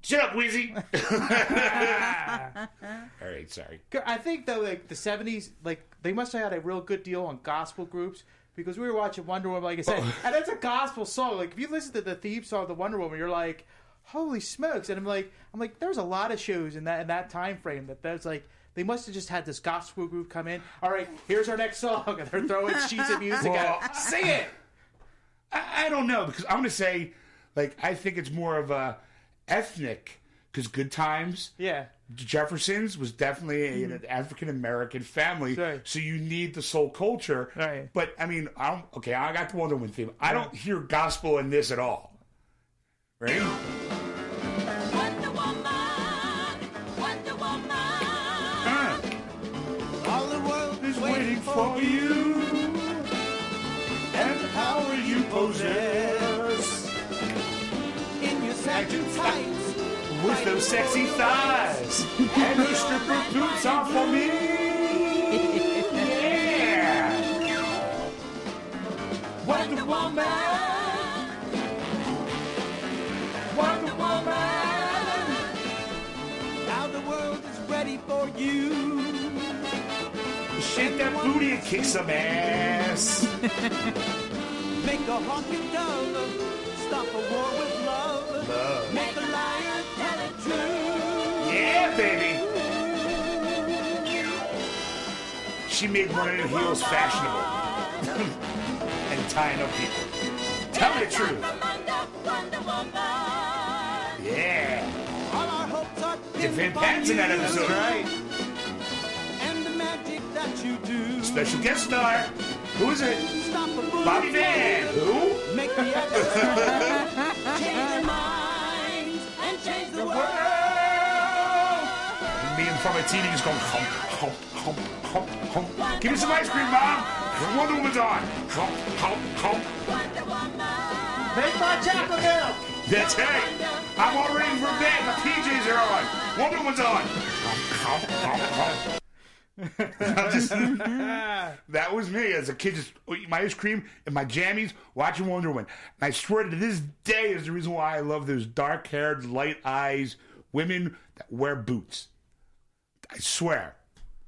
S1: Shut up, (laughs) Wheezy. all right, sorry.
S2: I think though, like the seventies, like they must have had a real good deal on gospel groups because we were watching Wonder Woman, like I said, and that's a gospel song. Like if you listen to the theme song of the Wonder Woman, you're like, holy smokes! And I'm like, I'm like, there's a lot of shows in that in that time frame that that's like. They must have just had this gospel group come in. All right, here's our next song. (laughs) And they're throwing sheets of music at it. Sing it!
S1: I, I don't know because I'm gonna say, like, I think it's more of a ethnic because Good Times
S2: Yeah. Mm-hmm.
S1: Jefferson's was definitely a- an African American family,
S2: Right.
S1: so you need the soul culture.
S2: Right.
S1: But I mean, I don't. Okay, I got the Wonder Woman theme. I don't hear gospel in this at all. Right?
S6: Wonder Woman, Wonder Woman.
S1: Uh,
S5: All the world
S1: is waiting for you and the power you possess.
S5: in your
S1: Act
S5: satin
S1: got those sexy thighs and those stripper boots on for me. Yeah. Wonder Woman. Wonder Woman.
S6: Now the world is ready for you.
S1: Shake that booty and kick some ass.
S6: Make a honking dove. Stop a war with love. Make a liar tell it true.
S1: Yeah, baby. She made running in heels fashionable and tying up people. Tell me the truth. Yeah.
S6: All our hopes are
S1: Get Van
S6: pinned upon
S1: Patten's in that
S6: you.
S1: episode.
S6: And the magic that you do.
S1: Special guest star. Who is it?
S6: Stop a bullet.
S1: Bobby Van. Who?
S6: Make the
S1: (laughs)
S6: others change their minds and change the world.
S1: Me in front of my TV just going hump, hump, hump, hump, hump. Give me some ice cream, Mom. Wonder Woman's on. Hump, hump, hump.
S2: Make my chocolate milk.
S1: That's right. I'm all ready for bed. My PJs are on. Wonder Woman's on. (laughs) Hump, hump, hump, hump. I'm just- that was me as a kid, just eating my ice cream and my jammies, watching Wonder Woman. And I swear to this day is the reason why I love those dark-haired, light-eyes women that wear boots. I swear.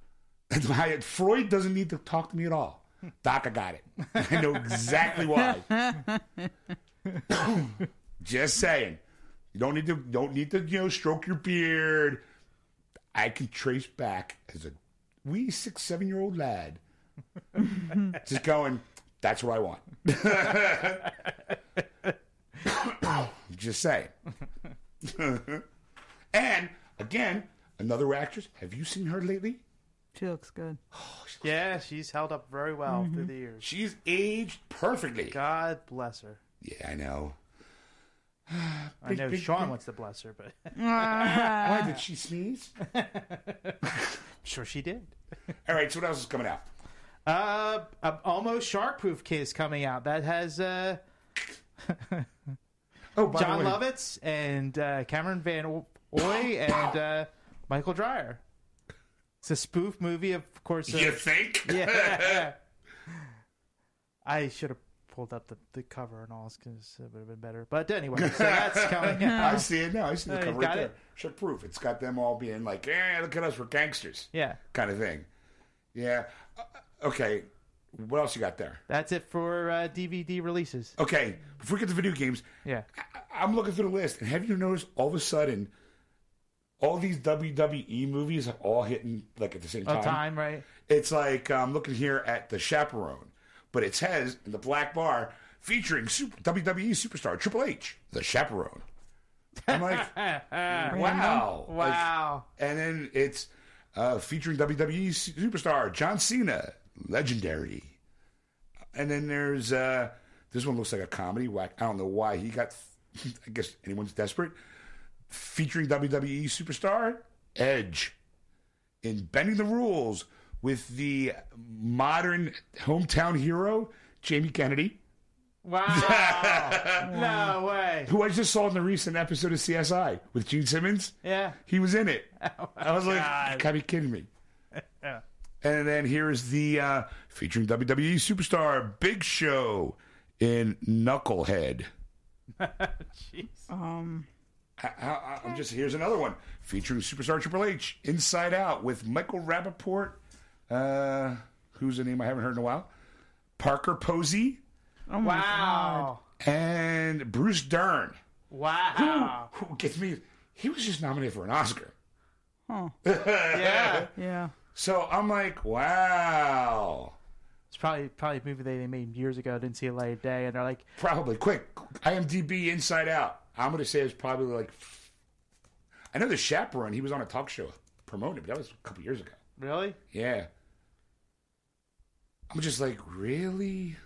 S1: (laughs) That's why Freud doesn't need to talk to me at all. Doc, I got it. I know exactly why. Just saying. You don't need to don't need to, you know, stroke your beard. I can trace back as a wee six, seven year old lad. (laughs) just going, that's what I want. (laughs) Just saying. (laughs) and again, another actress. Have you seen her lately?
S4: She looks good.
S2: Yeah, she's held up very well through the years.
S1: She's aged perfectly.
S2: God bless her.
S1: Yeah, I know. (sighs)
S2: I know Sean wants to bless her, but (laughs) I'm
S1: Why did she sneeze?
S2: sure she did.
S1: All right, so what else is coming out?
S2: Uh, uh, almost shark proof kids coming out. That has uh,
S1: Oh, by the
S2: John
S1: way,
S2: Lovitz and uh, Cameron Van O-
S1: (coughs)
S2: Oy and uh, Michael Dreyer. It's a spoof movie, of course. uh,
S1: You think?
S2: (laughs) yeah.
S1: (laughs)
S2: I should have pulled up the, the cover and all, because it would have been better. But anyway, so
S1: (laughs)
S2: that's coming out.
S1: I see it now. I see the
S2: Uh,
S1: cover
S2: got
S1: right there.
S2: it?
S1: Check proof. It's got them all being like, "Eh, look at us, we're gangsters,"
S2: Yeah,
S1: kind of thing. Yeah. Uh, okay. What else you got there?
S2: that's it for uh, DVD releases.
S1: Okay. Before we get to video games,
S2: Yeah.
S1: I- I'm looking through the list, and have you noticed all of a sudden, all these WWE movies are all hitting like at the same
S2: A time, right? (laughs)
S1: It's like uh, I'm looking here at the chaperone, but it says in the black bar featuring super, WWE E superstar Triple H, the chaperone. I'm like, wow, Like,
S2: Wow.
S1: (laughs) and then it's uh, featuring WWE superstar John Cena, legendary. And then there's uh, this one looks like a comedy whack. I don't know why he got. (laughs) I guess anyone's desperate. Featuring WWE superstar Edge in bending the rules with the modern hometown hero Jamie Kennedy, (laughs)
S2: Wow. no way.
S1: who I just saw in the recent episode of CSI with Gene Simmons.
S2: Yeah.
S1: He was in it. I was like, you gotta be kidding me. And then here's the uh, featuring WWE superstar Big Show in Knucklehead.
S4: Um,
S1: I, I, I'm just here's another one featuring superstar Triple H Inside Out with Michael Rappaport, uh, who's a name I haven't heard in a while, Parker Posey,
S4: oh my God.
S2: Wow.
S1: and Bruce Dern.
S2: Wow.
S1: Who gets me? He was just nominated for an Oscar.
S2: yeah.
S4: Yeah.
S1: So I'm like, wow.
S2: It's probably probably a movie they, they made years ago. Didn't see a light of day, and they're like,
S1: probably quick imdb inside out i'm going to say it's probably like i know the chaperone he was on a talk show promoted but that was a couple years ago
S2: "Really?
S1: yeah i'm just like really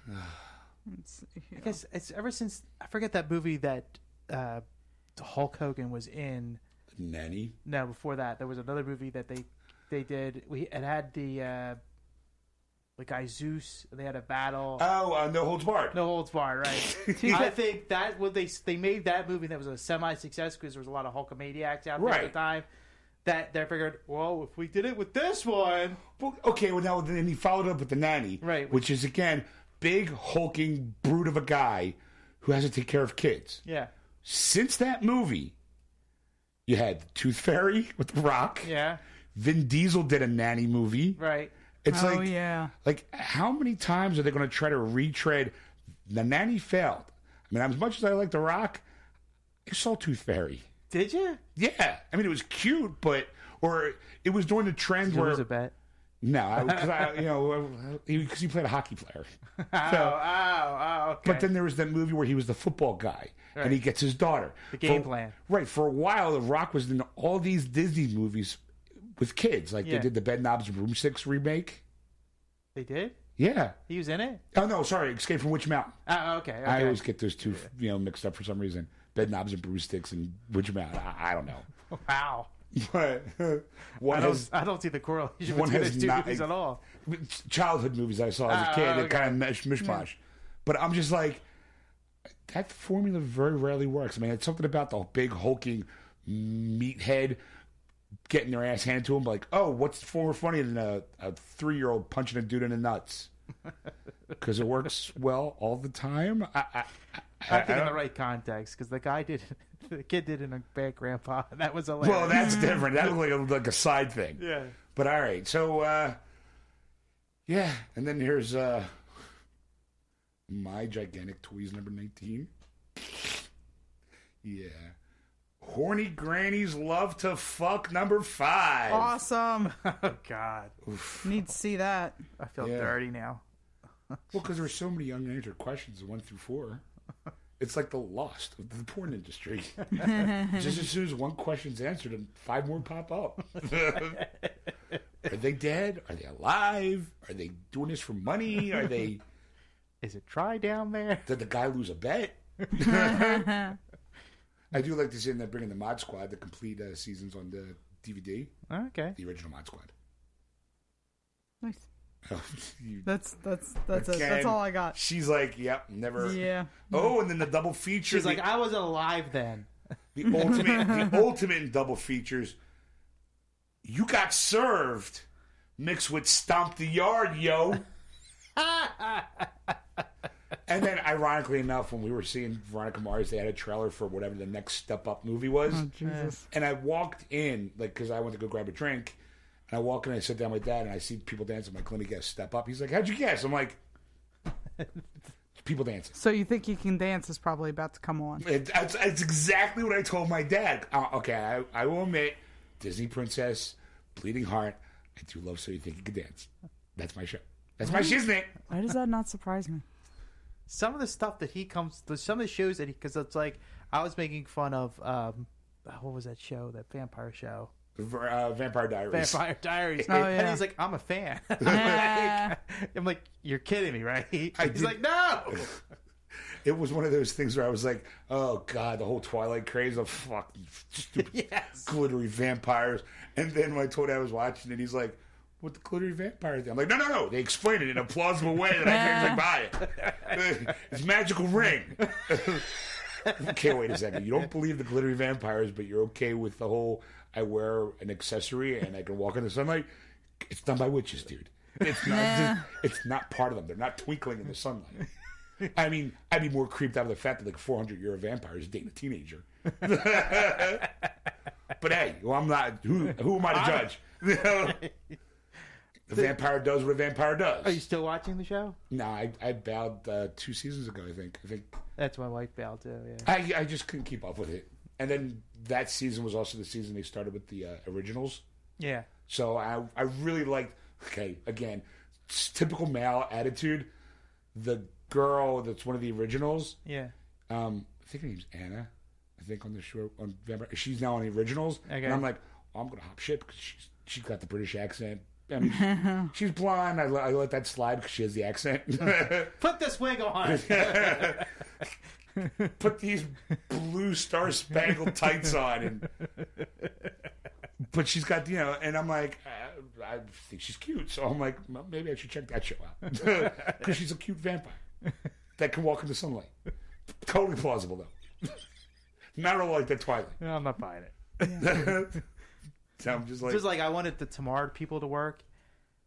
S4: Let's see here.
S2: I guess it's ever since I forget that movie that uh, Hulk Hogan was in.
S1: nanny
S2: No, before that there was another movie that they they did. We it had the uh, with Guy Zeus. They had a battle.
S1: Oh, uh, no holds barred.
S2: No holds barred, (laughs) right? I think that what they they made that movie that was a semi success because there was a lot of Hulkamaniacs out there at the
S1: Right.
S2: time. That they figured, well, if we did it with this one,
S1: Well, okay, well now then he followed up with the nanny,
S2: Right.
S1: Which is again big hulking brute of a guy who has to take care of kids.
S2: yeah,
S1: Since that movie, you had the Tooth Fairy with The Rock.
S2: yeah,
S1: Vin Diesel did a nanny movie.
S2: right,
S1: It's
S4: oh
S1: like
S4: yeah.
S1: like how many times are they going to try to retread? The nanny failed. I mean, as much as I like The Rock, I saw Tooth Fairy.
S2: did you?
S1: Yeah, I mean it was cute, but or it was during the trend
S2: There
S1: where
S2: was a bet.
S1: no, because
S2: (laughs)
S1: I, you know, because he played a hockey player.
S2: Oh, oh, oh, okay.
S1: But then there was that movie where he was the football guy and he gets his daughter. The
S2: game plan.
S1: Right. For a while, The Rock was in all these Disney movies with kids. Like
S2: Yeah.
S1: they did the Bed Knobs Broomsticks remake.
S2: they did.
S1: Yeah.
S2: He was in it.
S1: Oh, no, sorry. Escape from Witch Mountain.
S2: Oh, okay. okay.
S1: I always get those two, you know, mixed up for some reason. Bed Knobs and Broomsticks and Witch Mountain. I, I don't (laughs) know.
S2: wow.
S1: But one
S2: I don't,
S1: has
S2: I don't see the correlation
S1: one
S2: between
S1: has
S2: the two
S1: not-
S2: movies at all.
S1: childhood movies I saw as a
S2: Ah,
S1: kid
S2: okay.
S1: that kind of mesh, mishmash. But I'm just like, that formula very rarely works. I mean, it's something about the big hulking meathead getting their ass handed to him. Like, oh, what's more funny than a, a three year old punching a dude in the (laughs) nuts? Because it works well all the time. I, I, I,
S2: I think in
S1: I-
S2: the right context because the guy did, (laughs) the kid did in a bad grandpa. (laughs) and That was hilarious.
S1: well, (laughs) that's different. That looked like a, like a side thing.
S2: yeah.
S1: But all right, so uh, yeah, and then here's uh, my gigantic toys number nineteen. Yeah, horny grannies love to fuck number five.
S4: Awesome.
S2: Oh God,
S4: (laughs) Need to see that.
S2: I feel
S1: Yeah.
S2: dirty now.
S1: Well, because there's so many young unanswered questions, one through four. It's like the lost of the porn industry. Just as soon as one question's answered, and five more pop up. Are they dead? Are they alive? Are they doing this for money? Are they?
S2: Is it dry down there? (laughs)
S1: Did the guy lose a
S4: (laughs)
S1: bet? I do like to see them bringing the Mod Squad, the complete uh, seasons on the DVD,
S2: Okay.
S1: the original Mod Squad. (laughs) Oh,
S4: Nice.
S1: You-
S4: That's that's that's it. That's
S1: Again,
S4: all
S1: (laughs)
S4: I got.
S1: She's like, yep, never.
S4: Yeah.
S1: Oh, and then the double feature.
S2: She's
S1: the,
S2: like, I wasn't alive then.
S1: the
S2: (laughs)
S1: ultimate, the ultimate in double features. You got served, mixed with stomp the yard,
S2: (laughs)
S1: yo. and then, ironically enough, when we were seeing Veronica Mars, they had a trailer for whatever the next Step Up movie was.
S4: Oh, Jesus.
S1: And I walked in, like, because I went to go grab a drink. And I walk in, I sit down with dad, and I see people dancing. I'm like, let me guess, step up. He's like, how'd you guess? I'm like, (laughs) people dancing.
S4: So you think you can dance is probably about to come on.
S1: It, that's, that's exactly what I told my dad. Uh, okay, I, I will admit, Disney Princess, Bleeding Heart, I do love So You Think You Can Dance. That's my show. That's my shiznit.
S4: Why does that not surprise me?
S2: Some of the stuff that he comes, there's some of the shows that he, because it's like, I was making fun of, um, what was that show? That vampire show,
S1: V- Uh, Vampire Diaries.
S2: Vampire (laughs) Diaries.
S4: Oh,
S2: And
S4: yeah.
S2: he's like, I'm a fan. (laughs) I'm, like, I'm like, you're kidding me, (laughs) right? He's
S1: did-
S2: like, no.
S1: It was one of those things where I was like, oh, God, the whole Twilight craze of fucking stupid
S2: yes.
S1: glittery vampires. And then when I told him I was watching it, he's like, "What the glittery vampire thing?" I'm like, "No, no, no! They explained it in a plausible way that I can actually buy it. It's magical ring." okay, wait a second. You don't believe the glittery vampires, but you're okay with the whole "I wear an accessory and I can walk in the sunlight." It's done by witches, dude. It's not. It's not part of them. They're not twinkling in the sunlight. I mean, I'd be more creeped out of the fact that like a 400 year old vampire is dating a teenager. But hey, well, I'm not. Who who am I to judge? You know? the vampire does what a vampire
S2: Are you
S1: does.
S2: still watching the show?
S1: No, I, I bowed uh, two seasons ago. I think. I think
S2: That's my wife Belle too. Yeah.
S1: I I just couldn't keep up with it. And then that season was also the season they started with the uh, originals.
S2: Yeah.
S1: So I I really liked. Okay, again, s- typical male attitude. The girl that's one of the originals.
S2: Yeah.
S1: um, I think her name's Anna. I think on the show on Vampire, she's now on the originals,
S2: Okay.
S1: and I'm like, oh, I'm gonna hop ship because she's she's got the British accent. I mean, she's- she's blonde. I, let- I let that slide because she has the accent. (laughs)
S2: Put this wig (laughs) on.
S1: Put these blue star spangled tights on, and but she's got you know, and I'm like, uh, I think she's cute. So I'm like, well, maybe I should check that show out because she's a cute vampire that can walk into sunlight. Totally plausible though. (laughs) Not at all like the Twilight. (laughs)
S2: No, I'm not buying it.
S1: So I'm just like, (laughs)
S2: It was like I wanted the Tamar people to work,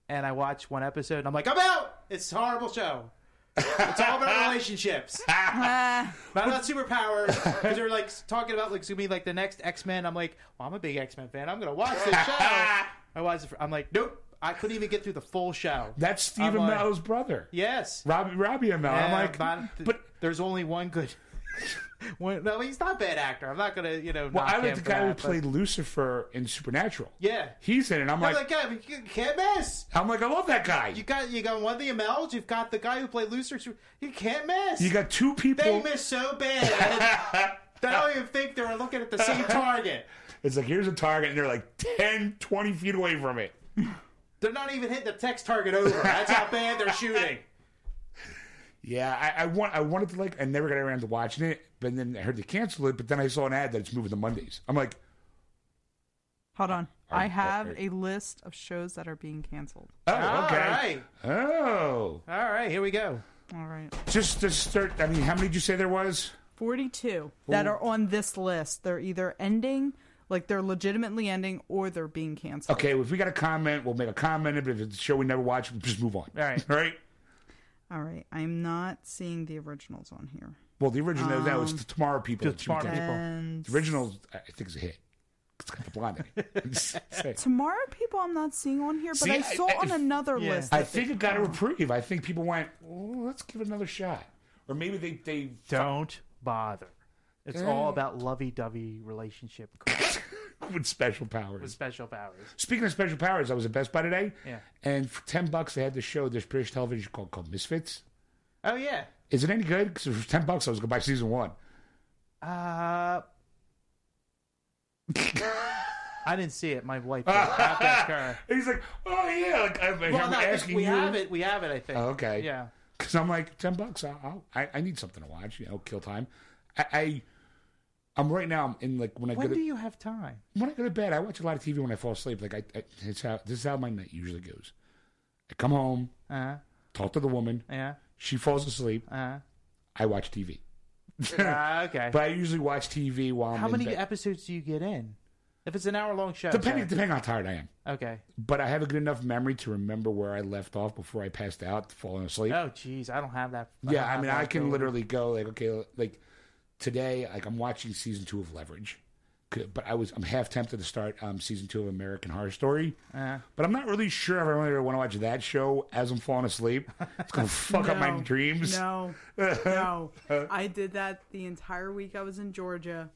S2: and I watched one episode, and I'm like, I'm out. It's a horrible show. It's all (laughs) about relationships. Not about superpowers. Because they were like talking about like Zumi, like the next X Men. I'm like, well, I'm a big X Men fan. I'm gonna watch (laughs) this show. I watched. It for, I'm like, nope. I couldn't even get through the full show.
S1: that's Stephen
S2: I'm like-
S1: Mao's brother,
S2: yes.
S1: Robbie Robbie Mao. I'm
S2: Yeah,
S1: like,
S2: but,
S1: but
S2: there's only one good. (laughs) one, no, he's not a bad actor. I'm not gonna, you know.
S1: well,
S2: knock
S1: I like
S2: him
S1: the
S2: for
S1: guy who
S2: that, but-
S1: played Lucifer in Supernatural.
S2: Yeah.
S1: He's in it. I'm
S2: I'm
S1: like,
S2: like, yeah, but you can't miss.
S1: I'm like, I love that guy.
S2: You
S1: You,
S2: got you got one of the Amels. You've got the guy who played Lucifer. You can't miss.
S1: got two people.
S2: they miss so
S1: (laughs)
S2: bad. I don't even think they were looking at the same target.
S1: It's like here's a target, and they're like 10, 20 feet away from it.
S2: They're not even hitting the text target over. That's how bad they're shooting.
S1: Yeah, I, I want I wanted to like I never got around to watching it, but then I heard they canceled it. But then I saw an ad that it's moving to Mondays. I'm like,
S4: Hold on. I have
S1: alright.
S4: a list of shows that are being canceled.
S1: oh,
S2: All
S1: (laughs) okay,
S2: right,
S1: oh,
S2: all right, here we go.
S4: All right.
S1: just to start. I mean, how many did you say there was?
S4: 42 that are on this list. They're either ending, like they're legitimately ending, or they're being canceled.
S1: Okay, if we got a comment, we'll make a comment. But if it's a show we never watch, we'll just move on.
S2: All right.
S1: all right.
S4: All right. I'm not seeing the originals on here.
S1: Well, the original that was the Tomorrow People.
S2: The
S1: that she was
S2: Um, Tomorrow
S1: dating.
S2: People.
S4: And
S1: The original, I I think, is a hit. It's got the blonde. in it. (laughs) Say.
S4: tomorrow, people I'm not seeing on here, but
S1: See,
S4: I
S1: I-
S4: saw
S1: I-
S4: on another
S2: Yeah.
S4: list.
S1: I think it got a reprieve. I think people went, oh, let's give it another shot, or maybe they they (laughs)
S2: Don't bother. It's all about lovey-dovey (coughs) relationship crap
S1: with special powers.
S2: with special powers.
S1: Speaking of special powers, I was at Best Buy today,
S2: Yeah.
S1: and for ten bucks they had this show, this British television called called Misfits.
S2: Oh yeah.
S1: Is it any good? Because for ten bucks I was gonna buy season
S2: (laughs)
S1: one.
S2: Uh, I didn't see it. My (laughs) wife. Did. Not that car.
S1: And he's like, "Oh yeah, like, I'm,
S2: Well,
S1: I'm
S2: no, I think
S1: asking
S2: we
S1: you."
S2: have it. We have it. I think.
S1: Oh, okay.
S2: Yeah.
S1: Because I'm like ten bucks. I'll, I'll I, I need something to watch. You know, kill time. I, I I'm right now. I'm in like when I go
S2: When
S1: to,
S2: do you have time?
S1: when I go to bed, I watch a lot of TV when I fall asleep. Like I, I it's how this is how my night usually goes. I come home,
S2: Uh huh.
S1: talk to the woman.
S2: Yeah.
S1: She falls asleep.
S2: Uh
S1: I watch TV.
S2: huh. Uh, Okay.
S1: (laughs) But I usually watch TV while I'm
S2: How
S1: in
S2: many
S1: bed.
S2: episodes do you get in? If it's an hour long show.
S1: Depending,
S2: sorry.
S1: depending on how tired I am.
S2: Okay.
S1: But I have a good enough memory to remember where I left off before I passed out, falling asleep.
S2: Oh, jeez, I don't have that.
S1: yeah, I
S2: don't
S1: mean,
S2: have
S1: I
S2: that
S1: can
S2: ability.
S1: literally go like, okay, like today, like I'm watching season two of Leverage, C- but I was I'm half tempted to start um, season two of American Horror Story,
S2: Uh-huh.
S1: but I'm not really sure if I really want to watch that show as I'm falling asleep. It's
S2: (laughs)
S1: gonna fuck up my
S4: No.
S1: dreams. (laughs)
S4: No, no. I did that the entire week I was in Georgia.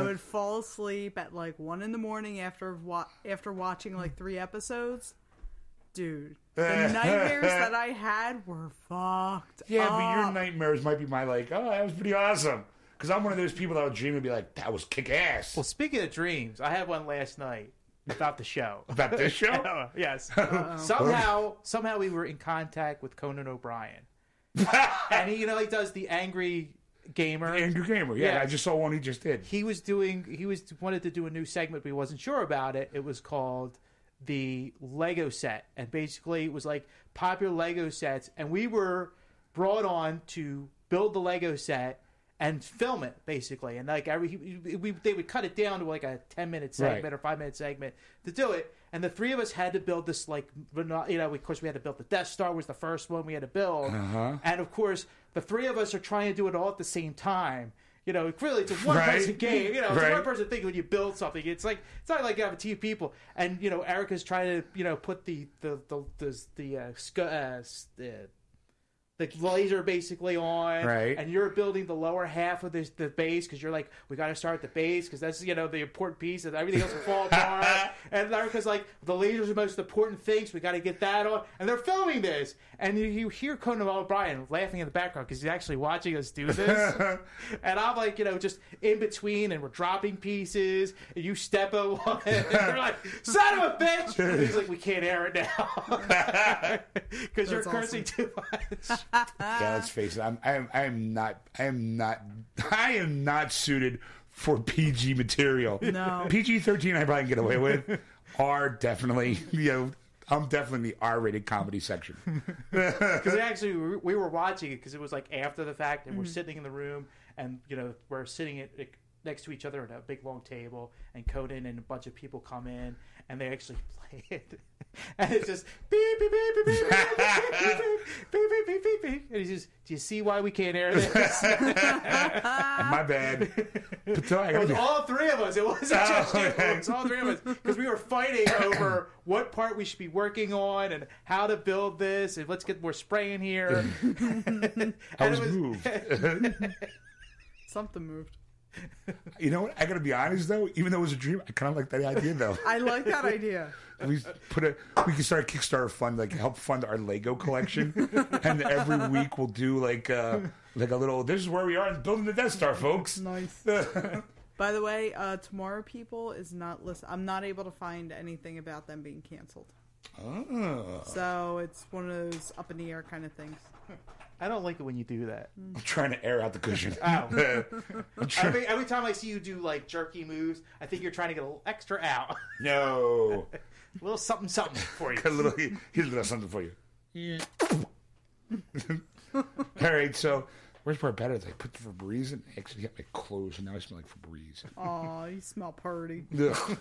S1: (laughs)
S4: would fall asleep at like one in the morning after wa- after watching like three episodes. Dude, the
S1: (laughs)
S4: nightmares that I had were fucked.
S1: Yeah, but your
S2: Oh.
S4: up.
S1: nightmares might be my like, oh, that was pretty awesome. Because I'm one of those people that would dream and be like, that was kick ass
S2: Well, speaking of dreams, I had one last night about
S1: (laughs)
S2: the show.
S1: about
S2: (laughs)
S1: this show. (laughs)
S2: Oh, yes. somehow, somehow we were in contact with Conan O'Brien, and he, you know, he does the angry gamer.
S1: Andrew Gamer. Yeah,
S2: Yeah.
S1: I just saw one he just did.
S2: he was doing he was wanted to do a new segment but he wasn't sure about it it was called the lego set and basically it was like popular lego sets and we were brought on to build the lego set and film it basically and like every he- we, they would cut it down to like a 10 minute segment
S1: Right.
S2: or 5 minute segment to do it and the three of us had to build this like mono- you know of course we had to build the death star was the first one we had to build and of course the three of us are trying to do it all at the same time you know, really, it's a one person
S1: Right.
S2: game. You know, it's a
S1: Right.
S2: one person thing when you build something. It's like it's not like you have a team of people. And you know, Erica's trying to you know put the the the the the, uh, sc- uh, s- the the laser basically on,
S1: Right.
S2: And you're building the lower half of this, the base because you're like, we got to start at the base because that's you know the important piece, and everything else will fall apart. and Erica's like, the laser's the most important thing, so we got to get that on. And they're filming this, and you, you hear Conan O'Brien laughing in the background because he's actually watching us do this. and I'm like, you know, just in between, and we're dropping pieces, and you step on one, (laughs) and you're like, son of a bitch! And he's like, we can't air it (laughs) now because you're
S4: That's
S2: cursing too much.
S1: yeah, let's face it. I'm, I'm, I am not, I am not, I am not suited for PG material.
S4: No.
S1: PG thirteen, I probably can get away with. R definitely, you know, I'm definitely in the R-rated comedy section.
S2: Because actually, we- we were watching it because it was like after the fact, and we're sitting in the room, and you know, we're sitting at, like, next to each other at a big long table, and Conan and a bunch of people come in, and they actually (laughs) play it, and it's just beep beep beep beep beep beep beep beep, beep beep beep beep beep, and he's just, do you see why we can't air this?
S1: My bad. But so I
S2: It was
S1: gotta-
S2: all three of us. It wasn't just you. It was all three of us because we were fighting over what part we should be working on and how to build this and let's get more spray in here.
S1: I
S2: And
S1: was
S2: it was-
S1: moved.
S4: Something moved.
S1: You know what? I gotta be honest though. Even though it was a dream, I kind of like that idea though.
S4: I like
S1: (laughs)
S4: that idea.
S1: we put a we can start a Kickstarter fund, like help fund our Lego collection, and every week we'll do like uh like a little. This is where we are in building the Death Star, folks. (laughs)
S4: Nice. By the way, uh, tomorrow people is not list. I'm not able to find anything about them being canceled.
S1: Oh.
S4: So it's one of those up in the air kind of things.
S2: I don't like it when you do that.
S1: I'm trying to air out the cushion.
S2: Ah. (laughs)
S1: I'm trying-
S2: Every, every time I see you do like jerky moves, I think you're trying to get a little extra out,
S1: (laughs)
S2: (laughs)
S1: no,
S2: a little something something for you.
S1: a little, here's a little something for you. (laughs) All right, so where's my better? I put the Febreze in. I actually got my clothes, and now I smell like Febreze.
S4: Aw, you smell party.
S1: Ugh.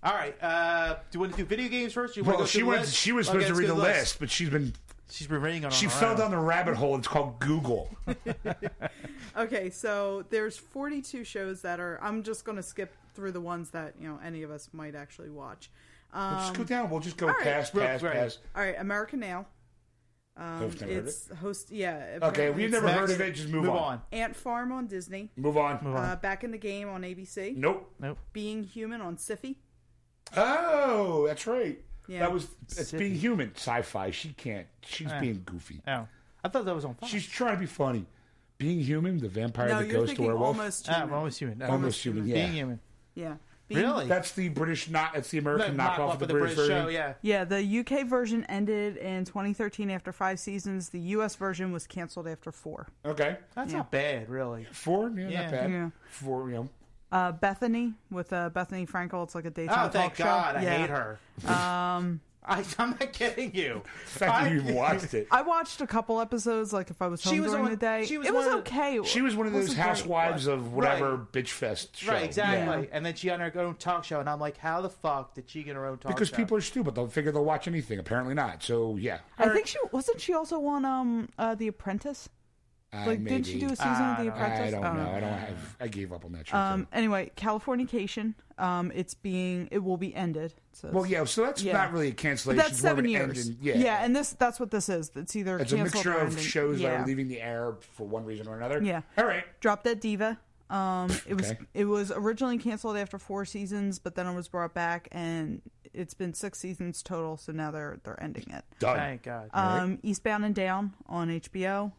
S2: All right, uh, do you want to do video games first? Do You wanna
S1: Well,
S2: go
S1: she
S2: through the
S1: went.
S2: list?
S1: She was
S2: Okay,
S1: supposed to
S2: let's
S1: read
S2: go
S1: the
S2: through
S1: list, but she's been.
S2: She's been reading on.
S1: She
S2: her
S1: fell
S2: own.
S1: down the rabbit hole. It's called Google.
S4: Okay, so there's 42 shows that are. I'm just going to skip through the ones that you know any of us might actually watch.
S1: Just go down. We'll just go
S4: right.
S1: past, past,
S2: Right.
S1: past.
S4: All right, American Ale.
S1: I've never heard it.
S4: It's host. Yeah.
S1: Okay,
S4: apparently
S1: we've
S4: it's
S1: never
S2: Next.
S1: heard of it. Just move,
S2: Move
S1: on.
S2: on.
S4: Ant Farm on Disney.
S1: Move on.
S4: Uh, Back in the Game on ABC.
S1: Nope.
S4: Being Human on Syfy.
S1: Oh, that's right.
S4: Yeah.
S1: That was that's
S2: Sippy.
S1: being human. Sci-fi. She can't. She's being goofy.
S2: Oh, I thought that was on Fox.
S1: She's trying to be funny. Being human, the vampire,
S4: No,
S1: the
S4: you're
S1: ghost, the
S4: thinking
S1: werewolf.
S4: almost
S2: ah,
S4: human.
S2: I'm almost human.
S1: Almost human. Oh, Yeah.
S2: Being human.
S4: yeah. Being-
S2: Really?
S1: That's the British. Not. That's the
S2: No,
S1: American
S2: knock
S1: knockoff
S2: off
S1: of the, British, version.
S2: show. Yeah.
S4: Yeah, the UK version ended in 2013 after five seasons. The US version was canceled after four.
S1: Okay.
S2: That's not bad, really.
S1: Four. Yeah,
S2: Yeah.
S1: not bad.
S4: Yeah.
S1: Four. You know.
S4: Uh, Bethany with uh, Bethany Frankel. It's like a daytime
S2: Oh, thank
S4: talk show.
S2: God. I
S4: Yeah.
S1: (laughs)
S2: hate her. Um, (laughs) I, I'm not kidding you.
S1: The fact that you
S2: (laughs)
S1: even
S2: I-
S1: watched it.
S4: I watched a couple episodes, like if I was home
S2: was
S4: during
S2: on-
S4: the day.
S2: she was
S4: it was
S2: one of the-
S4: okay.
S1: She was one of those
S4: Wasn't great.
S1: housewives of whatever bitch fest show.
S2: Right, exactly. And then she on her own talk show, and I'm like, how the fuck did she get her own talk
S1: Because
S2: show?
S1: people are stupid. They'll figure they'll watch anything. Apparently not. So yeah.
S4: I think she wasn't. She also on um uh, The Apprentice.
S1: Uh,
S4: Like, didn't she
S1: maybe.
S4: do a season of The Apprentice?
S1: I don't
S4: Oh.
S1: know. I don't have. I gave up on that show.
S4: Um, anyway, Californication. Um, it's being. It will be ended. So
S1: well, yeah. So that's
S4: yeah.
S1: not really a cancellation.
S4: That's
S1: it's more of
S4: seven
S1: an
S4: years.
S1: ending-
S4: yeah.
S1: yeah.
S4: and this that's what this is. It's either
S1: It's a
S4: canceled
S1: mixture
S4: or
S1: of
S4: ending.
S1: shows
S4: yeah.
S1: that are leaving the air for one reason or another.
S4: Yeah.
S1: All right.
S4: Drop Dead Diva. Um, it was
S1: Okay.
S4: it was originally canceled after four seasons, but then it was brought back, and it's been six seasons total. So now they're they're ending it.
S1: Done.
S2: Thank God.
S4: Um, Eastbound and Down on HBO,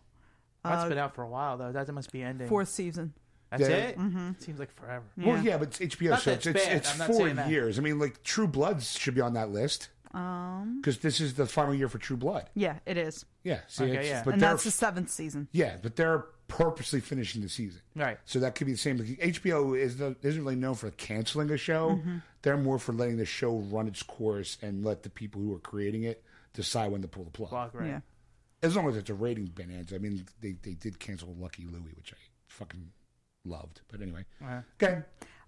S2: That's been out for a while, though. That must be ending.
S4: uh, fourth Mm-hmm. season.
S2: That's
S1: Yeah.
S2: it? Seems like forever.
S1: Well, yeah, but it's HBO,
S2: Not
S1: so
S2: that
S1: it's it's,
S2: bad,
S1: it's
S2: I'm not
S1: four
S2: saying that.
S1: years. I mean, like True Blood should be on that list. Um. Because this is the final year for True Blood.
S4: Yeah, it is,
S1: Yeah. See,
S2: Okay,
S1: it's,
S2: yeah.
S1: But
S4: and
S1: they're
S4: that's the seventh season.
S1: yeah, but they're purposely finishing the season.
S2: Right.
S1: So that could be the same. HBO is the, isn't really known for canceling a show.
S4: Mm-hmm.
S1: They're more for letting the show run its course and let the people who are creating it decide when to pull the plug.
S2: Fuck, right.
S4: Yeah,
S1: As long as it's a rating bonanza. I mean, they, they did cancel Lucky Louie, which I fucking loved. But anyway, okay.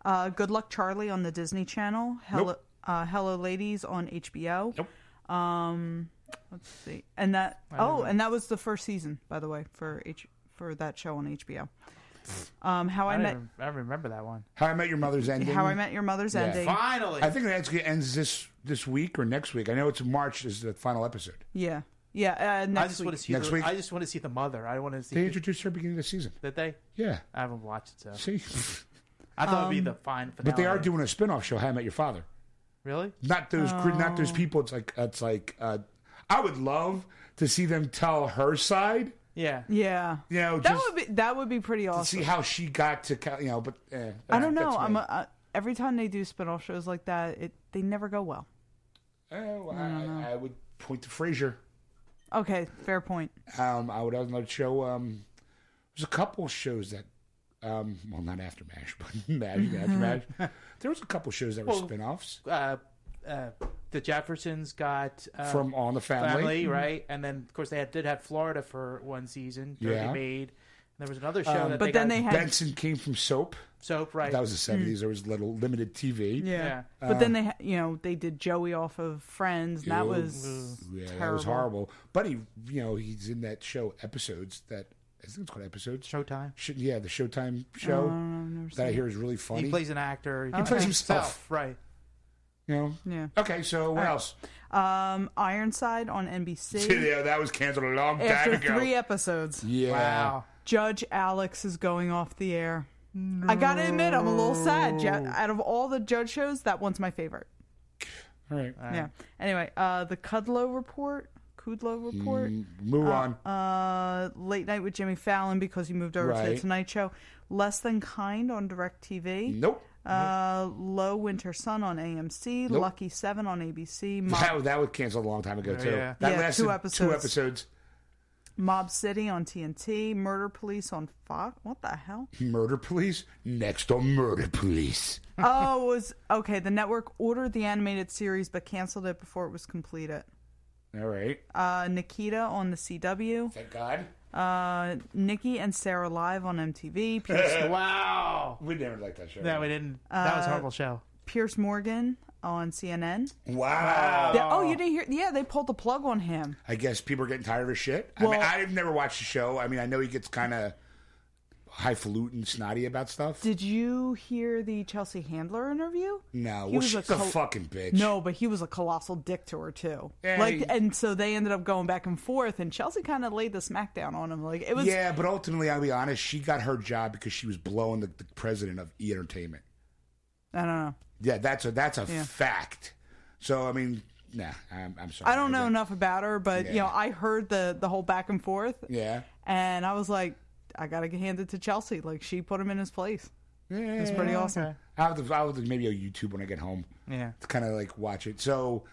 S4: uh, Good Luck Charlie on the Disney Channel. Hello,
S1: Nope.
S4: uh, Hello Ladies on HBO.
S1: Nope.
S4: Um, let's see, and that oh, and that was the first season, by the way, for H for that show on HBO. Um, How I,
S2: I,
S4: Met
S2: don't even- I don't remember that one.
S1: How I Met Your Mother's ending.
S4: How I Met Your Mother's
S1: Yeah.
S4: ending.
S2: Finally.
S1: I think that actually ends this this week or next week. I know it's March is the final episode.
S4: Yeah, yeah. Uh,
S2: I
S4: next
S2: just want
S4: week.
S2: to see.
S1: Next
S2: the,
S1: week?
S2: I just want to see the mother. I want to see.
S1: They introduced her beginning of the season.
S2: did they?
S1: Yeah.
S2: I haven't watched it, so
S4: (laughs)
S1: See,
S2: I thought
S4: Um,
S2: it'd be the fine finale.
S1: but they are doing a spin off show. How I Met Your Father.
S2: really.
S1: not those cre not
S4: Oh.
S1: those people. It's like it's like uh, I would love to see them tell her side.
S2: Yeah.
S4: Yeah,
S1: You know,
S4: that
S1: just
S4: would be that would be pretty awesome.
S1: see how she got to Cal- you know. But eh,
S4: I don't
S1: that's
S4: know. I'm
S1: me.
S4: a, uh, every time they do spin-off shows like that, it they never go well.
S1: Oh,
S4: Mm-hmm.
S1: I, I, would point to Frasier.
S4: Okay, fair point.
S1: Um, I would have another show. Um, there's a couple shows that. Um, well, not after (laughs)
S4: (laughs)
S1: Mash, but Mash, after Mash. There was a couple shows that were
S2: Well,
S1: spin-offs.
S2: Uh, uh, the Jeffersons got uh,
S1: from On the Family.
S2: family, right?
S4: Mm-hmm.
S2: And then of course they had, did have Florida for one season, Dirty
S1: Yeah.
S2: Maid. And there was another show that
S4: Um, but
S2: they
S4: then
S2: got
S4: they had
S1: Benson came from Soap.
S2: soap, right?
S1: That was the seventies.
S2: Hmm.
S1: There was little limited TV.
S4: yeah.
S2: Yeah.
S4: But then they, ha- you know, they did Joey off of Friends. And that
S1: Ew.
S4: was
S1: Yeah,
S4: terrible.
S1: that was horrible. But he, you know, he's in that show episodes that I think it's called episodes.
S2: Showtime.
S1: Sh- yeah, the Showtime show
S4: Um,
S1: that I hear is really funny.
S2: He plays an actor. He,
S1: plays himself.
S2: right?
S1: you know.
S4: Yeah.
S1: Okay, so what else?
S4: Um, Ironside on
S1: (laughs)
S4: NBC.
S7: Yeah, that was canceled a long time
S4: After
S7: ago.
S4: three episodes,
S1: Yeah.
S2: Wow.
S4: Judge Alex is going off the air. I gotta admit, I'm a little sad. Ju- Out of all the judge shows, that one's my favorite.
S1: All right.
S4: Yeah. Anyway, uh, the Kudlow Report, Kudlow Report,
S1: Mm, Move on.
S4: uh, Late Night with Jimmy Fallon because he moved over to
S1: Right.
S4: the Tonight Show, Less Than Kind on DirecTV,
S1: nope.
S4: uh, Low Winter Sun on AMC,
S1: Nope.
S4: Lucky Seven on
S1: (laughs)
S4: ABC,
S1: That,
S4: Mob,
S1: was- that was canceled a long time ago too.
S2: Yeah.
S1: That
S4: Yeah,
S1: lasted
S4: two
S1: Two
S4: episodes.
S1: episodes.
S4: Mob City on TNT, Murder Police on Fox. What the
S1: (laughs)
S4: hell?
S1: Murder Police next on Murder Police.
S4: oh, it was okay. The network ordered the animated series but canceled it before it was completed.
S1: All right.
S4: Uh, Nikita on the CW,
S1: Thank God.
S4: uh, Nikki and Sarah live on MTV, Pierce,
S2: Wow.
S1: We never liked that show.
S2: No, we didn't. that
S4: Uh,
S2: was a horrible show.
S4: Pierce Morgan on CNN.
S1: Wow.
S4: The- oh, you didn't hear? Yeah, they pulled the plug on him.
S1: I guess people are getting tired of shit. I
S4: Well-
S1: mean, I've never watched the show. I mean, I know he gets kind of highfalutin, snotty about stuff.
S4: Did you hear the Chelsea Handler interview?
S1: no, well,
S4: he was a
S1: she's a
S4: col-
S1: fucking bitch.
S4: No, but he was a colossal dick to her too.
S1: Yeah,
S4: like,
S1: he-
S4: and so they ended up going back and forth, and Chelsea kind of laid the smackdown on him. Like it was,
S1: Yeah, but ultimately, I'll be honest. She got her job because she was blowing the, the president of E Entertainment.
S4: I don't know.
S1: Yeah, that's a that's a
S4: Yeah.
S1: fact. So I mean, nah, I'm, I'm sorry.
S4: I don't know
S1: Like,
S4: enough about her, but you
S1: Yeah.
S4: know, I heard the the whole back and forth,
S1: Yeah,
S4: and I was like, I gotta get handed to Chelsea. Like she put him in his place.
S1: yeah.
S4: It's pretty awesome.
S1: I'll have to, I'll have to maybe on YouTube when I get home
S2: Yeah.
S1: to kind of like watch it. So,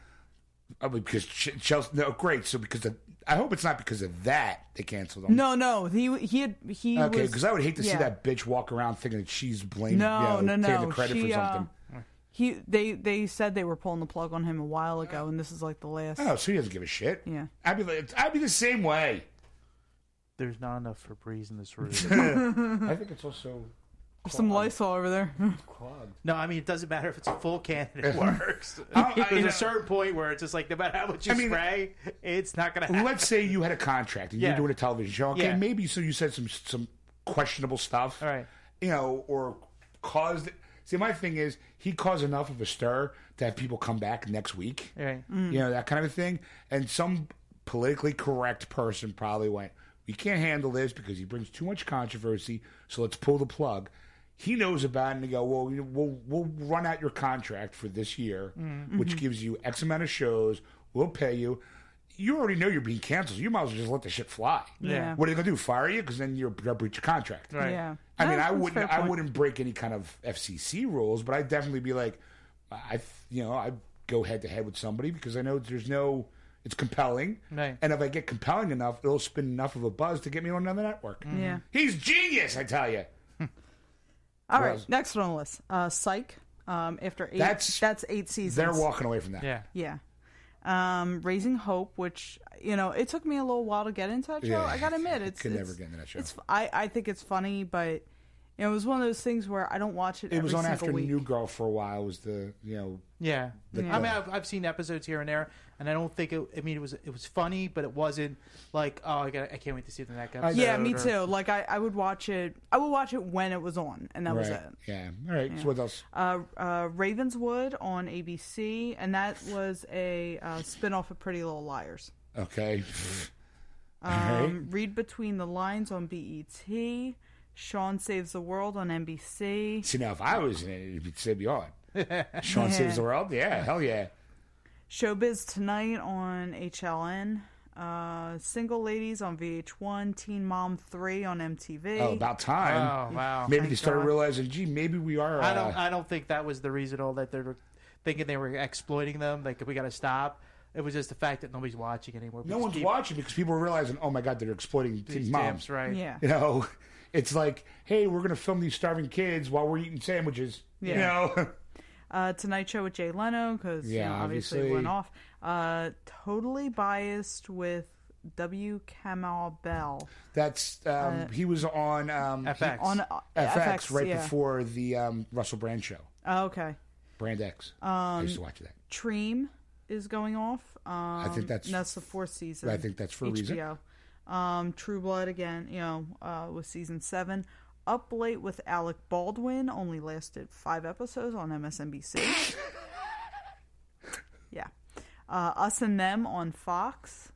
S1: I mean, because Ch- Chelsea, no, great. So because of, I hope it's not because of that they canceled them.
S4: No, no, he he had he
S1: Okay,
S4: was-
S1: because I would hate to see
S4: yeah.
S1: that bitch walk around thinking that she's blaming,
S4: No,
S1: you know,
S4: no,
S1: taking
S4: no.
S1: the credit
S4: She,
S1: for
S4: uh,
S1: something.
S4: He they they said they were pulling the plug on him a while ago, and this is like the last.
S1: Oh, so he doesn't give a shit.
S4: Yeah.
S1: I'd be like, I'd be the same way.
S2: There's not enough Febreze in this room. (laughs)
S1: I think it's also
S4: Some Lysol over there. (laughs)
S1: clogged.
S2: no, I mean it doesn't matter if it's a full can. It (laughs) works.
S1: I- I-
S2: There's a certain point where it's just like no matter how much you
S1: I mean-
S2: spray, it's not gonna. Happen.
S1: Let's say you had a contract and
S2: Yeah.
S1: you're doing a television show. Okay,
S2: Yeah.
S1: maybe so you said some some questionable stuff.
S2: All right.
S1: You know, or caused. See, my thing is he caused enough of a stir to have people come back next week.
S2: Right.
S1: You know that kind of a thing. And some politically correct person probably went, "We can't handle this because he brings too much controversy. So let's pull the plug." He knows about it and they go, well, you know, we'll, we'll run out your contract for this year,
S2: Mm.
S1: which gives you X amount of shows. We'll pay you. You already know you're being canceled. You might as well just let the shit fly.
S4: Yeah.
S1: What are they going to do? Fire you? Because then you're going to breach your contract.
S2: Right.
S4: Yeah.
S1: I mean, I
S4: No, that's a
S1: wouldn't.
S4: fair
S1: I
S4: point.
S1: wouldn't break any kind of FCC rules, but I'd definitely be like, I, you know, I go head to head with somebody because I know there's no. It's compelling,
S2: Right.
S1: and if I get compelling enough, it'll spin enough of a buzz to get me on another network.
S4: Mm-hmm. Yeah.
S1: He's genius, I tell you.
S4: All right.
S1: was-
S4: Next one on the list. Uh, Psych. Um, after eight.
S1: That's-
S4: That's, eight seasons.
S1: They're walking away from that.
S2: Yeah.
S4: Yeah. Um, Raising Hope, which you know, it took me a little while to get into that show.
S1: Yeah,
S4: I gotta admit,
S1: I
S4: it's
S1: could
S4: it's,
S1: never get into that show.
S4: It's, I I think it's funny, but you know, it was one of those things where I don't watch it.
S1: It was on after
S4: week.
S1: New Girl for a while. Was the you know
S2: Yeah.
S1: The-
S2: I mean, I've, I've seen episodes here and there, and I don't think it. I mean, it was it was funny, but it wasn't like oh, I got I can't wait to see the next episode.
S4: Yeah, me
S2: or-
S4: too. Like I, I would watch it. I would watch it when it was on, and that was
S1: right?
S4: it.
S1: Yeah. All right. So what else?
S4: Uh, uh, Ravenswood on ABC, and that was a uh, spinoff of Pretty Little Liars.
S1: Okay. (laughs) All right.
S4: Um, Read Between the Lines on BET. Sean Saves the World on NBC.
S1: See now, if I was in it, it'd be- it'd be
S4: (laughs)
S1: on. Sean saves the world. Yeah. Hell yeah.
S4: Showbiz Tonight on HLN. Uh, Single Ladies on VH1. Teen Mom 3 on MTV.
S1: Oh, about time.
S2: Oh wow.
S1: Maybe they started realizing, gee, maybe we are. Uh,
S2: I don't. I don't think that was the reason. All that they're thinking they were exploiting them. Like we got to stop. It was just the fact that nobody's watching anymore.
S1: no
S2: Because
S1: one's
S2: keep
S1: watching because people are realizing, oh my god, they're exploiting
S2: these
S1: teen moms.
S2: stamps, right?
S4: yeah.
S1: (laughs) You know, it's like, hey, we're gonna film these starving kids while we're eating sandwiches.
S4: Yeah.
S1: You know, (laughs)
S4: Uh, Tonight Show with Jay Leno because
S1: Yeah,
S4: obviously,
S1: obviously.
S4: it went off. Uh, totally biased with W. Kamau Bell
S1: That's um, he was on um, he-
S2: FX.
S4: on uh,
S1: FX, right
S4: yeah.
S1: before the um, Russell Brand show.
S4: Oh, okay,
S1: Brand X.
S4: Um,
S1: I used to watch that.
S4: Treem is going off. Um, I
S1: think that's-
S4: that's the fourth season.
S1: I think that's for a reason.
S4: HBO. Um, True Blood again, you know, uh, with season seven. Up Late with Alec Baldwin only lasted five episodes
S1: (laughs)
S4: on MSNBC. yeah. Uh, Us and Them on Fox.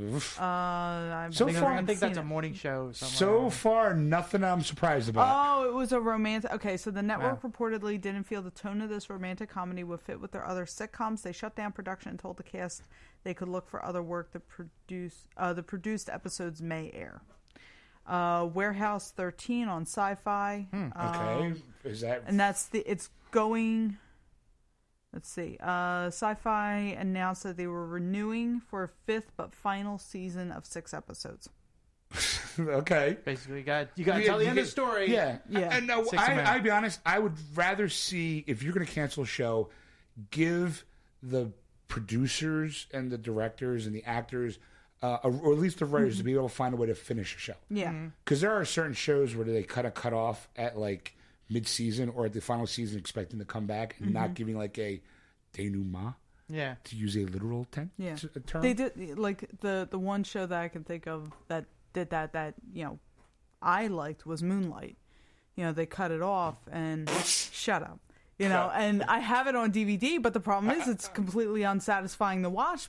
S1: Oof.
S4: Uh, I
S1: So
S4: believe
S1: far-
S4: haven't
S2: I think that's
S4: seen
S2: a
S4: it.
S2: morning show. Somewhere.
S1: So far, nothing I'm surprised about.
S4: Oh, it was a romantic. Okay, so the network reportedly didn't feel the tone of this romantic comedy would fit with their other sitcoms. They shut down production and told the cast they could look for other work. The produce uh, the produced episodes may air. Uh, Warehouse 13 on Sci-Fi, uh,
S1: okay, is that
S4: and that's the it's going. Let's see. Uh, Sci-Fi announced that they were renewing for a fifth but final season of six episodes.
S1: (laughs) okay?
S2: basically, you got you got to
S1: Yeah,
S2: tell the
S1: you
S2: end of
S1: get-
S2: the story.
S1: Yeah,
S4: Yeah.
S1: And no,
S2: Six
S1: I,
S2: Amendment.
S1: I'd be honest. I would rather see if you're going to cancel a show, give the producers and the directors and the actors, uh, or at least the writers, to be able to find a way to finish a show.
S4: Mm-hmm. Yeah.
S1: Because there are certain shows where they kind of cut off at like mid-season or at the final season, expecting to come back and
S4: Mm-hmm.
S1: not giving like a denouement.
S2: yeah.
S1: To use a literal ten-
S4: Yeah.
S1: t- a term,
S4: They did like the the one show that I can think of that did that that you know I liked was Moonlight. You know they cut it off
S1: (laughs)
S4: and shut up. You know, and I have it on DVD, but the problem is it's completely unsatisfying to watch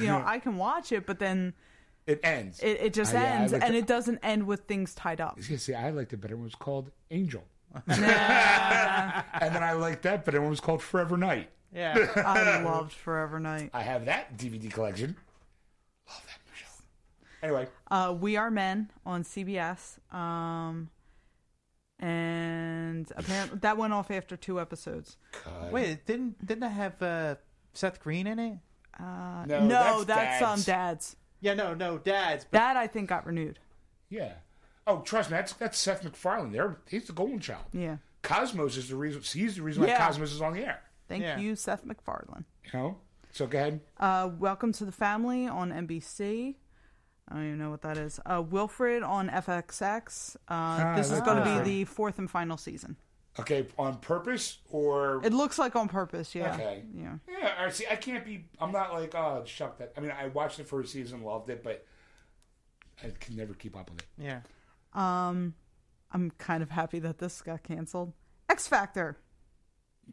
S1: (laughs)
S4: you know I can watch it, but then
S1: it ends.
S4: it, it just
S1: Ah, yeah, I
S4: ends,
S1: like
S4: and
S1: the-
S4: it doesn't end with things
S1: (laughs)
S4: tied up.
S1: Yeah, see, I liked it better when it was called
S4: (laughs)
S1: Angel. and then I liked that better when it was called Forever Night.
S2: Yeah. (laughs)
S4: I loved Forever Night.
S1: I have that DVD collection. Love that show. Anyway,
S4: Uh, we Are Men on CBS. Um, and apparently that went off after two episodes.
S2: Uh, Wait, didn't didn't I have uh, Seth Green in it?
S1: no,
S4: No, that's,
S1: Oh,
S4: um,
S1: dads.
S4: some dad's.
S2: Yeah, no, no, Dad's. But
S4: That I think got renewed.
S1: Yeah. Oh, trust me, that's that's Seth MacFarlane. There, he's the golden child.
S4: Yeah.
S1: Cosmos is the reason. He's the reason why
S4: Yeah.
S1: Cosmos is on the air.
S4: Thank
S2: Yeah.
S4: you, Seth MacFarlane.
S1: You know. So go ahead.
S4: Uh, Welcome to the Family on NBC. I don't even know what that is. Uh, Wilfred on FXX. Uh, this is
S1: like
S4: going to
S1: Ah, Wilfred.
S4: be the fourth and final season.
S1: Okay, on purpose or
S4: It looks like on purpose. Yeah.
S1: Okay.
S4: Yeah.
S1: Yeah, I see. I can't be. I'm not like, oh, shuck that. I mean, I watched the first season, loved it, but I can never keep up with it.
S2: yeah.
S4: Um, I'm kind of happy that this got canceled. X Factor.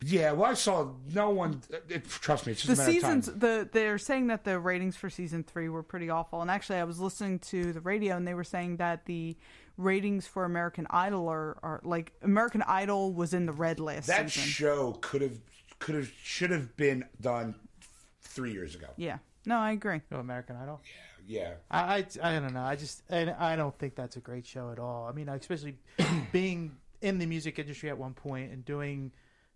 S1: Yeah, well, I saw no one. uh, It, trust me, it's
S4: the
S1: just a matter
S4: seasons
S1: of time.
S4: the they're saying that the ratings for season three were pretty awful and actually i was listening to the radio and they were saying that the ratings for american idol are, are like american idol was in the red last
S1: That
S4: season
S1: show could have, could have, should have been done three years ago.
S4: yeah no i agree
S2: No, Oh, American Idol.
S1: Yeah,
S2: I, I, I don't know. I just and I don't think that's a great show at all. I
S1: (coughs)
S2: mean, especially being in the music industry at one point and doing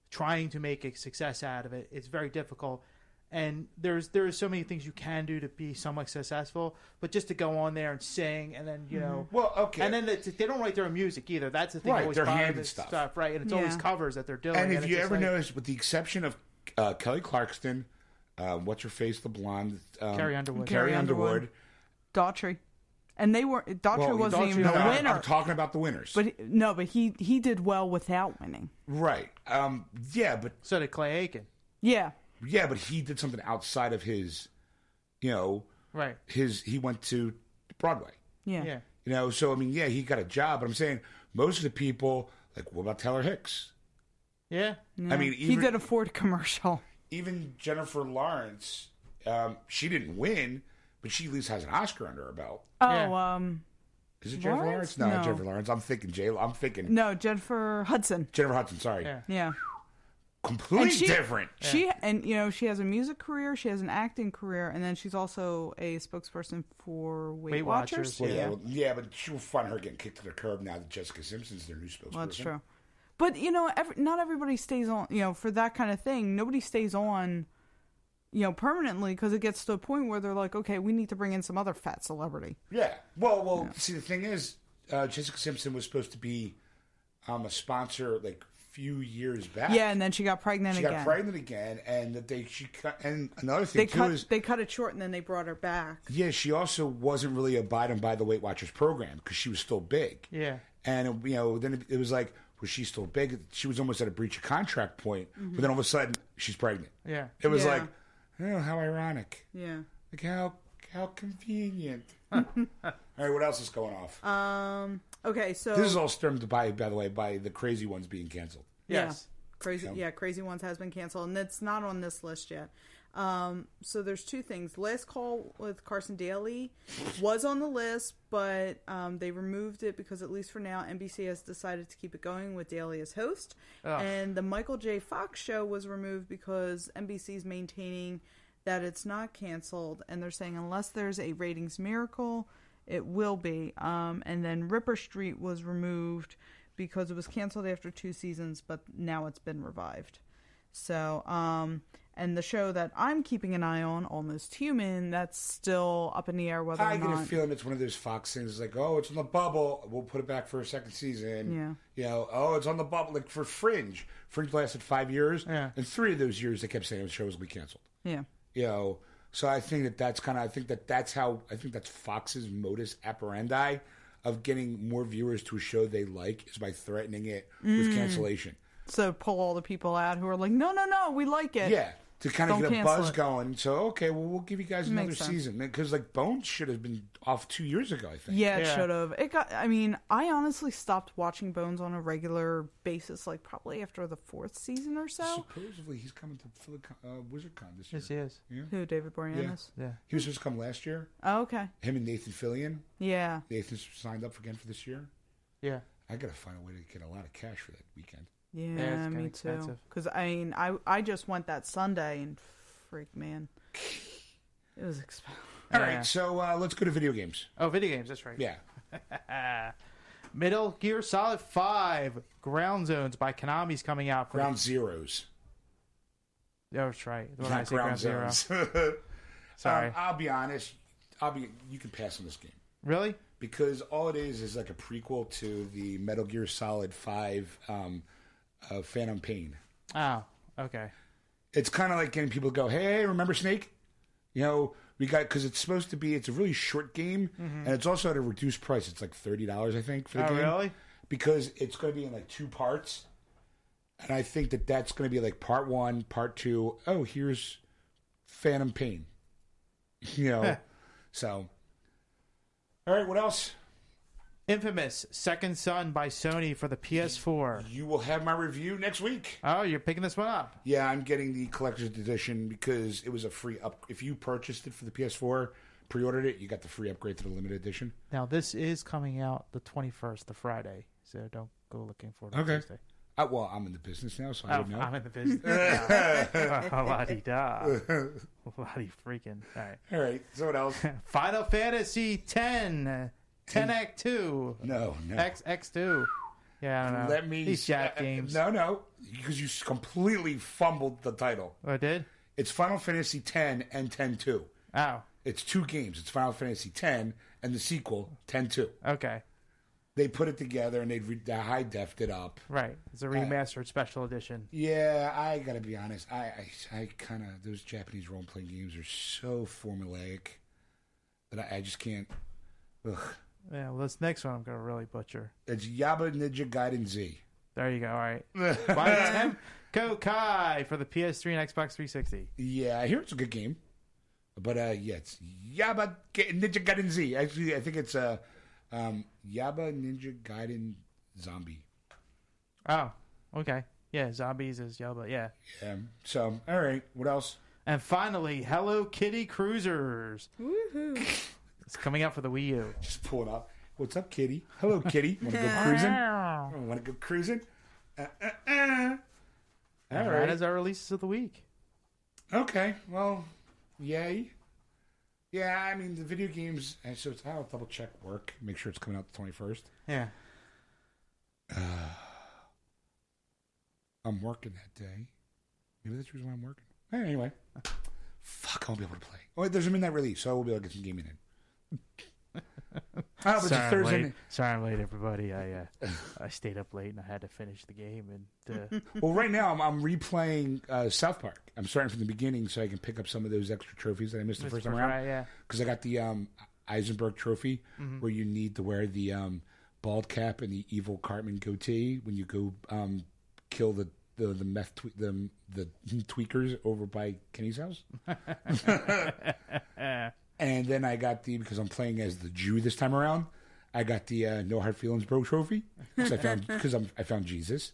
S2: trying to make a success out of it. It's very difficult. And there's there are so many things you can do to be somewhat successful, but just to go on there and sing and then you know
S1: Mm-hmm. Well, okay.
S2: and then they, they don't write their own music either. That's the thing. that
S1: Right,
S2: always
S1: they're
S2: bothers
S1: handed
S2: us,
S1: stuff.
S2: right? And it's always
S4: Yeah.
S2: covers that they're doing.
S1: and if
S2: it's
S1: you
S2: just
S1: ever
S2: like,
S1: notice, with the exception of uh, Kelly Clarkson, uh, what's her face, the blonde, um,
S2: Carrie Underwood.
S1: Carrie
S4: Carrie Underwood.
S1: Underwood.
S4: daughtry and they were daughtry
S1: Well,
S4: wasn't
S2: Daughtry-
S4: even
S2: no,
S4: a
S1: I'm-
S4: winner
S1: I'm talking about the winners,
S4: but he- no but he he did well without winning
S1: right? Um, yeah, but
S2: so did Clay Aiken,
S4: yeah
S1: Yeah, but he did something outside of his, you know,
S2: right?
S1: his. He went to Broadway,
S4: yeah
S2: Yeah,
S1: you know. So I mean, yeah, he got a job. But I'm saying most of the people, like, what about Taylor Hicks?
S2: yeah.
S1: I mean,
S4: he
S1: even
S4: did a ford commercial
S1: even Jennifer Lawrence, um, she didn't win, but she at least has an Oscar under her belt.
S4: oh
S2: Yeah.
S4: um
S1: Is it Jennifer
S4: Lawrence?
S1: Lawrence? No,
S4: No.
S1: not Jennifer Lawrence. I'm thinking J. I'm thinking
S4: no jennifer hudson
S1: Jennifer Hudson. Sorry,
S2: Yeah.
S4: yeah
S1: completely
S4: she-
S1: different.
S4: She and you know she has a music career, she has an acting career, and then she's also a spokesperson for Weight,
S2: Weight Watchers,
S4: Watchers.
S1: Well, yeah,
S2: Yeah.
S1: well, yeah, but she'll find her getting kicked to the curb now that Jessica Simpson's their new spokesperson.
S4: Well, that's true. But you know, every, not everybody stays on. You know, for that kind of thing, nobody stays on. You know, permanently because it gets to a point where they're like, okay, we need to bring in some other fat celebrity.
S1: Yeah. Well, well. See, the thing is, uh, Jessica Simpson was supposed to be um, a sponsor, like few years back.
S4: Yeah, and then she got pregnant
S1: she
S4: again.
S1: got pregnant again, and that they she cut. And another thing
S4: They
S1: too
S4: cut
S1: is
S4: they cut it short and then they brought her back.
S1: yeah, she also wasn't really abiding by the Weight Watchers program because she was still big.
S2: Yeah.
S1: and you know then it, it was like was she still big? She was almost at a breach of contract point, but then all of a sudden she's pregnant.
S2: Yeah.
S1: It was
S4: Mm-hmm. Yeah.
S1: like, oh, how ironic.
S4: Yeah.
S1: Like how how
S4: (laughs)
S1: convenient. all right, what else is going off?
S4: Um. Okay. So
S1: this is all stemmed by, by the way, by the crazy ones being canceled.
S2: Yes.
S4: Crazy, yeah, Crazy Ones has been canceled, and it's not on this list yet. Um, so there's two things. Last Call with Carson Daly was on the list, but um, they removed it because at least for now, NBC has decided to keep it going with Daly as host. And the Michael J. Fox show was removed because NBC's maintaining that it's not canceled, and they're saying unless there's a ratings miracle, it will be. Um, and then Ripper Street was removed because it was canceled after two seasons, but now it's been revived. So, um, and the show that I'm keeping an eye on, Almost Human, that's still up in the air whether
S1: I
S4: or
S1: get a
S4: not.
S1: feeling it's one of those Fox things. It's like, oh, it's on the bubble. We'll put it back for a second season.
S4: Yeah.
S1: You know, oh, it's on the bubble. Like for Fringe, Fringe lasted five years.
S2: Yeah.
S1: And three of those years, they kept saying the show was going to be canceled.
S4: yeah,
S1: You know, so I think that that's kind of, I think that that's how, I think that's Fox's modus operandi of getting more viewers to a show they like is by threatening it
S4: Mm.
S1: with cancellation.
S4: so pull all the people out who are like, no, no, no, we like it.
S1: Yeah, to kind of
S4: Don't
S1: get a
S4: cancel
S1: buzz
S4: it.
S1: going. So okay, well we'll give you guys another
S4: Makes sense.
S1: season because like Bones should have been off two years ago. I think.
S4: Yeah, it
S2: Yeah.
S4: should have. It got. I mean, I honestly stopped watching Bones on a regular basis, like probably after the fourth season or so.
S1: Supposedly he's coming to Philic- uh, WizardCon this year.
S2: Yes, he is.
S4: Who David Boreanaz?
S2: Yeah.
S1: He was supposed to come last year.
S4: Oh, okay.
S1: Him and Nathan Fillion.
S4: Yeah.
S1: Nathan's signed up again for this year.
S2: Yeah.
S1: I gotta find a way to get a lot of cash for that weekend.
S4: Yeah,
S2: it's
S4: me
S2: kinda
S4: too.
S2: expensive.
S4: Because I mean, I I just went that Sunday and freak man, it was expensive.
S1: All
S2: Yeah.
S1: right, so uh, let's go to video games.
S2: Oh, video games. That's right.
S1: Yeah,
S2: Middle Gear Solid Five Ground Zones by Konami's coming out. For
S1: ground zeros,
S2: Oh, that's right. When I
S1: not
S2: say Ground,
S1: ground,
S2: Zero.
S1: zeros. (laughs)
S2: Sorry.
S1: Um, I'll be honest. I'll be. You can pass on this game.
S2: really?
S1: because all it is is like a prequel to the Metal Gear Solid Five um, uh, Phantom Pain.
S2: Oh, okay.
S1: It's kind of like getting people to go, "Hey, remember Snake?" You know, we got because it's supposed to be. It's a really short game, and it's also at a reduced price. It's like thirty dollars, I think, for the
S2: Mm-hmm. Oh,
S1: game.
S2: really?
S1: Because it's going to be in like two parts, and I think that that's going to be like part one, part two. Oh, here's Phantom Pain. (laughs) you know, so. All right, what else?
S2: Infamous Second Son by Sony for the PS4.
S1: You will have my review next week.
S2: Oh, you're picking this one up.
S1: Yeah, I'm getting the collector's edition because it was a free up. If you purchased it for the PS4, pre-ordered it, you got the free upgrade to the limited edition.
S2: Now this is coming out the 21st, the Friday. So don't go looking for it. on
S1: Okay.
S2: Tuesday.
S1: Uh, well, I'm in the business now, so I
S2: Oh,
S1: would know.
S2: I'm in
S1: (laughs)
S2: the business. La di da. La di freaking. All right.
S1: All right. So what else?
S2: Final Fantasy 10, 10 Act 2,
S1: (laughs) No, no.
S2: X X 2. Yeah, I don't know.
S1: Let me.
S2: These Jap
S1: uh,
S2: games.
S1: No, no, because you s- completely fumbled the title.
S2: Oh, I did?
S1: It's Final Fantasy X and X-2.
S2: Oh,
S1: It's two games. It's Final Fantasy X and the sequel X-2.
S2: okay.
S1: They put it together and they re- they high defed it up.
S2: Right. It's a
S1: Uh.
S2: remastered special edition.
S1: Yeah, I gotta be honest. I I, I kind of those Japanese role playing games are so formulaic that I, I just can't. Ugh.
S2: Yeah, well, this next one I'm going to really butcher.
S1: It's Yaba Ninja Gaiden Z.
S2: There you go.
S1: (laughs)
S2: All right. By Temco Kai for the PS3 and Xbox 360.
S1: Yeah, I hear it's a good game, but uh, yeah, it's Yaba Ga- Ninja Gaiden Z. Actually, I think it's uh, um, Yaba Ninja Gaiden Zombie.
S2: Oh, okay. Yeah, zombies is Yoba. Yeah.
S1: Yeah. Um, So, all right, what else?
S2: And finally, Hello Kitty Cruisers. Woohoo. (laughs) It's coming out for the Wii U.
S1: Just pull it up. What's up, Kitty? Hello, Kitty. Want to
S2: (laughs)
S1: go cruising? Want to go cruising? Uh, uh, uh. All
S2: All right. That is our releases of the week.
S1: Okay, well, yay. Yeah, I mean the video games. And so it's, I'll double check work, make sure it's coming out the twenty first.
S2: Yeah.
S1: I'm working that day. Maybe that's the reason why I'm working. Hey, anyway, (laughs) fuck, I won't be able to play. Oh, wait, there's a midnight release, so I will be able to get some gaming in. Oh, but it's
S2: sorry, I'm
S1: Thursday.
S2: late. sorry, I'm late, everybody. I uh, I stayed up late and I had to finish the game. And (laughs) uh,
S1: (laughs) Well, right now I'm, I'm replaying uh, South Park. I'm starting from the beginning so I can pick up some of those extra trophies that I missed the first time
S2: right,
S1: around.
S2: yeah.
S1: Because I got the um, Eisenberg Trophy, where you need to wear the um, bald cap and the evil Cartman goatee when you go um, kill the the, the meth twe- the the (laughs) tweakers over by Kenny's house. and then I got the because I'm playing as the Jew this time around. I got the uh, No Hard Feelings Bro Trophy because I found because I found Jesus.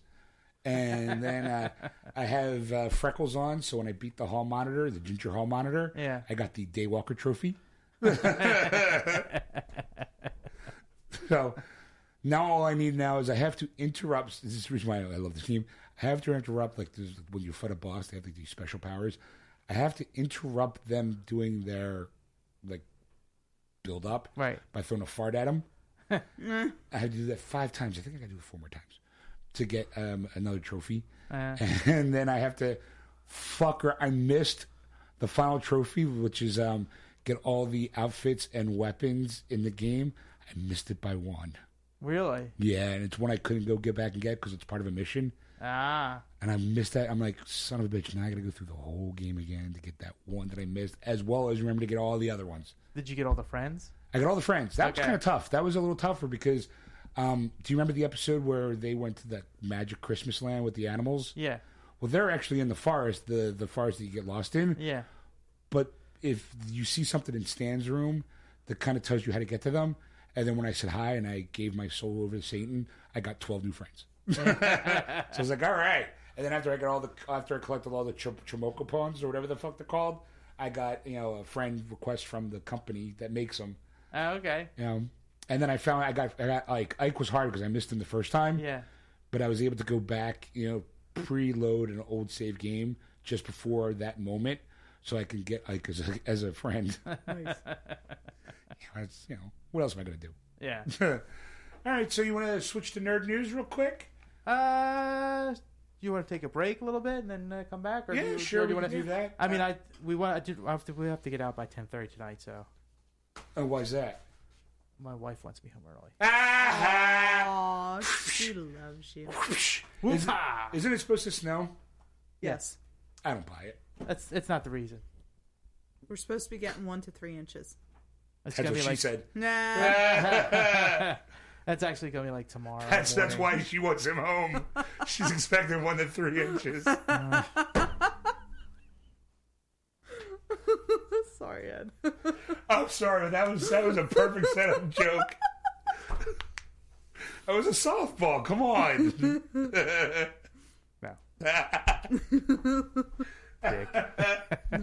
S1: and then uh, I have uh, freckles on. So when I beat the hall monitor, the ginger hall monitor,
S2: Yeah.
S1: I got the Daywalker trophy. (laughs) so now all I need now is I have to interrupt. This is the reason why I love this game. I have to interrupt like this, when you fight a boss, they have like, these special powers. I have to interrupt them doing their like build up
S2: Right.
S1: by throwing a fart at them. I had to do that five times. I think I got to do it four more times to get um, another trophy. (laughs) And then I have to fucker. I missed the final trophy, which is um, get all the outfits and weapons in the game. I missed it by one.
S2: really,
S1: Yeah, and it's one I couldn't go get back and get because it's part of a mission.
S2: ah,
S1: And I missed that. I'm like, son of a bitch, now I got to go through the whole game again to get that one that I missed, as well as remember to get all the other ones.
S2: did you get all the friends?
S1: I got all the friends. That was
S2: Okay.
S1: kind of tough. That was a little tougher because, um, do you remember the episode where they went to that magic Christmas land with the animals?
S2: Yeah,
S1: Well, they're actually in the forest, the the forest that you get lost in.
S2: yeah,
S1: But if you see something in Stan's room that kind of tells you how to get to them, and then when I said hi and I gave my soul over to Satan, I got twelve new friends. (laughs) so I was like, all right. And then after I got all the after I collected all the ch- chamoka pawns or whatever the fuck they're called, I got you know a friend request from the company that makes them.
S2: Ah, okay,
S1: Um, and then I found I got I got like Ike was hard because I missed him the first time.
S2: yeah,
S1: But I was able to go back, you know, preload an old save game just before that moment, so I can get Ike as a, (laughs) as a friend. (laughs) That's, you know, what else am I gonna do?
S2: (laughs) yeah.
S1: (laughs) All right, so you want to switch to nerd news real quick?
S2: Uh, you want to take a break a little bit and then uh, come back? Or
S1: Yeah,
S2: do you,
S1: sure,
S2: or
S1: we
S2: you wanna-
S1: can do that.
S2: I mean, I we want I did, I have to, we have to get out by ten thirty tonight, so
S1: Oh, why is that?
S2: my wife wants me home early.
S4: Aw, she loves you.
S1: Is, (laughs) isn't it supposed to snow?
S4: (laughs) Yes.
S1: I don't buy it.
S2: That's it's not the reason.
S4: We're supposed to be getting one to three inches.
S2: It's
S1: That's
S2: gonna
S1: what
S2: be
S1: she
S2: like
S1: said.
S4: Nah.
S2: that's actually gonna be like tomorrow.
S7: That's that's
S2: morning.
S7: why she wants him
S1: (laughs)
S7: home. She's expecting one to three inches.
S4: Sorry, Ed. (laughs)
S7: I'm sorry, that was that was a perfect setup joke. That was a softball.
S8: (laughs)
S7: Come on.
S2: (laughs)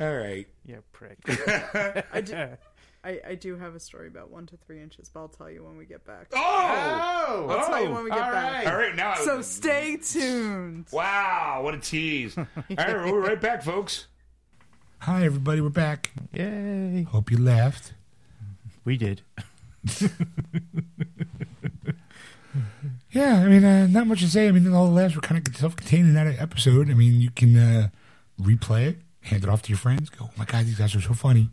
S1: All right.
S2: Yeah, prick.
S4: I do, I, I do have a story about one to three inches, but I'll tell you when we get back.
S7: Oh,
S4: I'll tell you when we get
S2: all
S4: back.
S2: right.
S7: all right now. I-
S4: So stay tuned.
S7: wow, what
S8: (laughs)
S7: a tease! All right,
S1: All right, we're right back, folks.
S8: Hi, everybody. We're back.
S2: Yay,
S8: Hope you laughed.
S2: we did.
S8: Yeah, I mean, uh, not much to say. I mean, all the laughs were kind of self-contained in that episode. I mean, you can uh, replay it, hand it off to your friends. Go, oh my God, these guys are so
S7: (laughs)
S8: funny.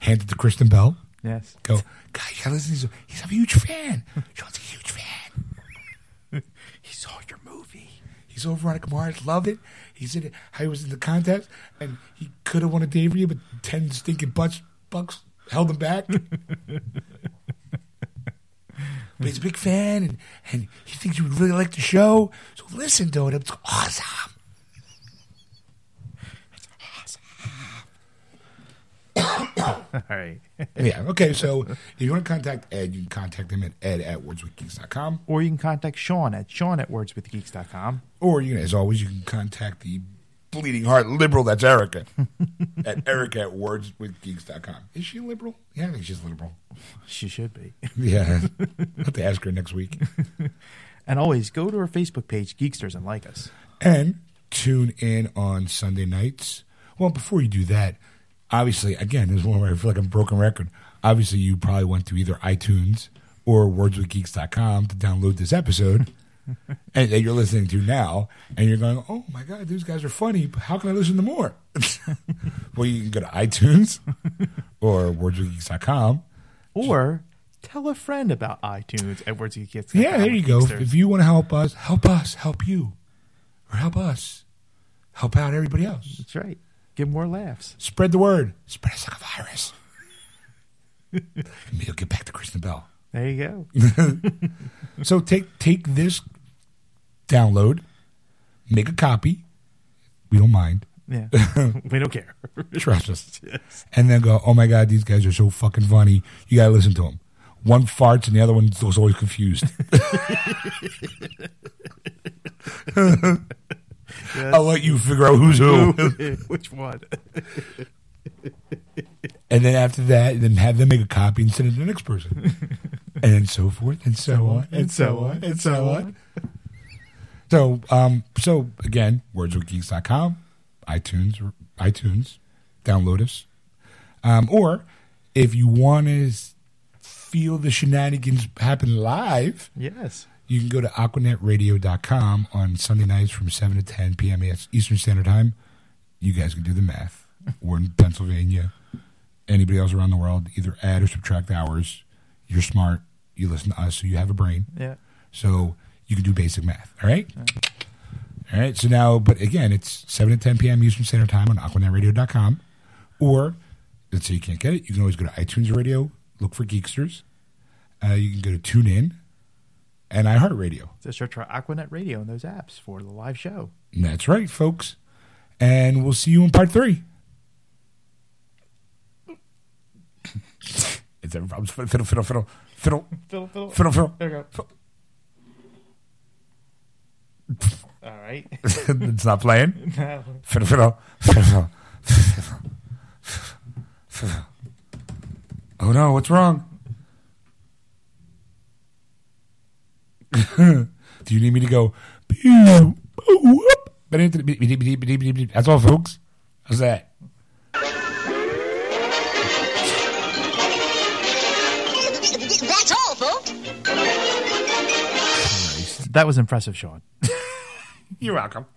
S8: Hand it to Kristen Bell.
S2: Yes.
S8: Go, God, you gotta listen to this. He's a huge fan. (laughs) Sean's a huge fan. (laughs) he saw your movie. He saw Veronica Mars, loved it. He said it- how he was in the contest, and he could have won a Davia, but 10 stinking bucks, bucks held him back. but he's a big fan, and, and he thinks you would really like the show. So listen to it. It's awesome.
S2: All (laughs) right.
S8: Yeah, okay, so if you want to contact Ed, you can contact him at ed at wordswithgeeks.com.
S9: or you can contact Sean at Sean at wordswithgeeks.com.
S8: Or you can, as always, you can contact the bleeding heart liberal. That's Erica at Erica at wordswithgeeks.com. Is she liberal? Yeah, I think she's liberal.
S9: She should
S2: (laughs)
S9: be.
S8: Yeah, (laughs) I'll have to ask her next week.
S9: And always go to our Facebook page, Geeksters, and like us.
S8: And tune in on Sunday nights. Well, before you do that, obviously, again, this is one where I feel like I'm a broken record. Obviously, you probably went to either iTunes or wordswithgeeks.com to download this episode. And that you're listening to now, and you're going, "Oh my god, these guys are funny! But how can I listen to more?" (laughs) well, you can go to iTunes or wordswithgeeks.com
S9: Or
S2: Tell a friend about iTunes, Edwards Gets.
S1: Yeah, there you go. If you want to help us, help us, help you, or help us, help out everybody else.
S2: That's right. Give more laughs.
S1: Spread the word. Spread us like a virus. (laughs) Maybe you'll get back to Kristen Bell.
S2: There you go.
S1: So take take this download, make a copy. We don't mind.
S2: Yeah, we don't care.
S1: Trust us.
S2: (laughs)
S1: And then go, oh my God, these guys are so fucking funny. You got to listen to them. One farts and the other one was always confused. (laughs) I'll let you figure out who's who.
S2: (laughs) Which one?
S1: And then after that, then have them make a copy and send it to the next person. (laughs) and then so forth and so on and so on and so on. So, um, so again, wordswithgeeks.com, iTunes, or iTunes, download us. Um, or if you want to feel the shenanigans happen live,
S2: Yes.
S1: you can go to aquanetradio.com on Sunday nights from 7 to 10 p.m. ES- Eastern Standard Time. You guys can do the math. We're in Pennsylvania. Anybody else around the world, either add or subtract hours. You're smart. You listen to us, so you have a brain.
S2: Yeah.
S1: So you can do basic math. All right. All right. So now, but again, it's 7 to 10 p.m. Eastern Standard Time on aquanetradio.com. Or let's say you can't get it, you can always go to iTunes Radio, look for Geeksters. Uh, you can go to TuneIn and iHeartRadio.
S2: Just search for Aquanet Radio and those apps for the live show.
S1: And That's right, folks. And we'll see you in part (laughs) three. It's a problems. Fiddle, fiddle, fiddle, fiddle, fiddle,
S2: Fiddle, fiddle.
S1: fiddle, fiddle. (laughs)
S2: There you go. All right. (laughs)
S1: it's not playing. Fiddle, fiddle, fiddle, fiddle, fiddle, fiddle. Oh no, what's wrong? (laughs) Do you need me to go? pew, oh, whoop, but it- beep, beep, beep, beep, beep, beep. That's all, folks. How's that?
S10: That's all, folks.
S2: That was impressive, Sean.
S1: You're welcome.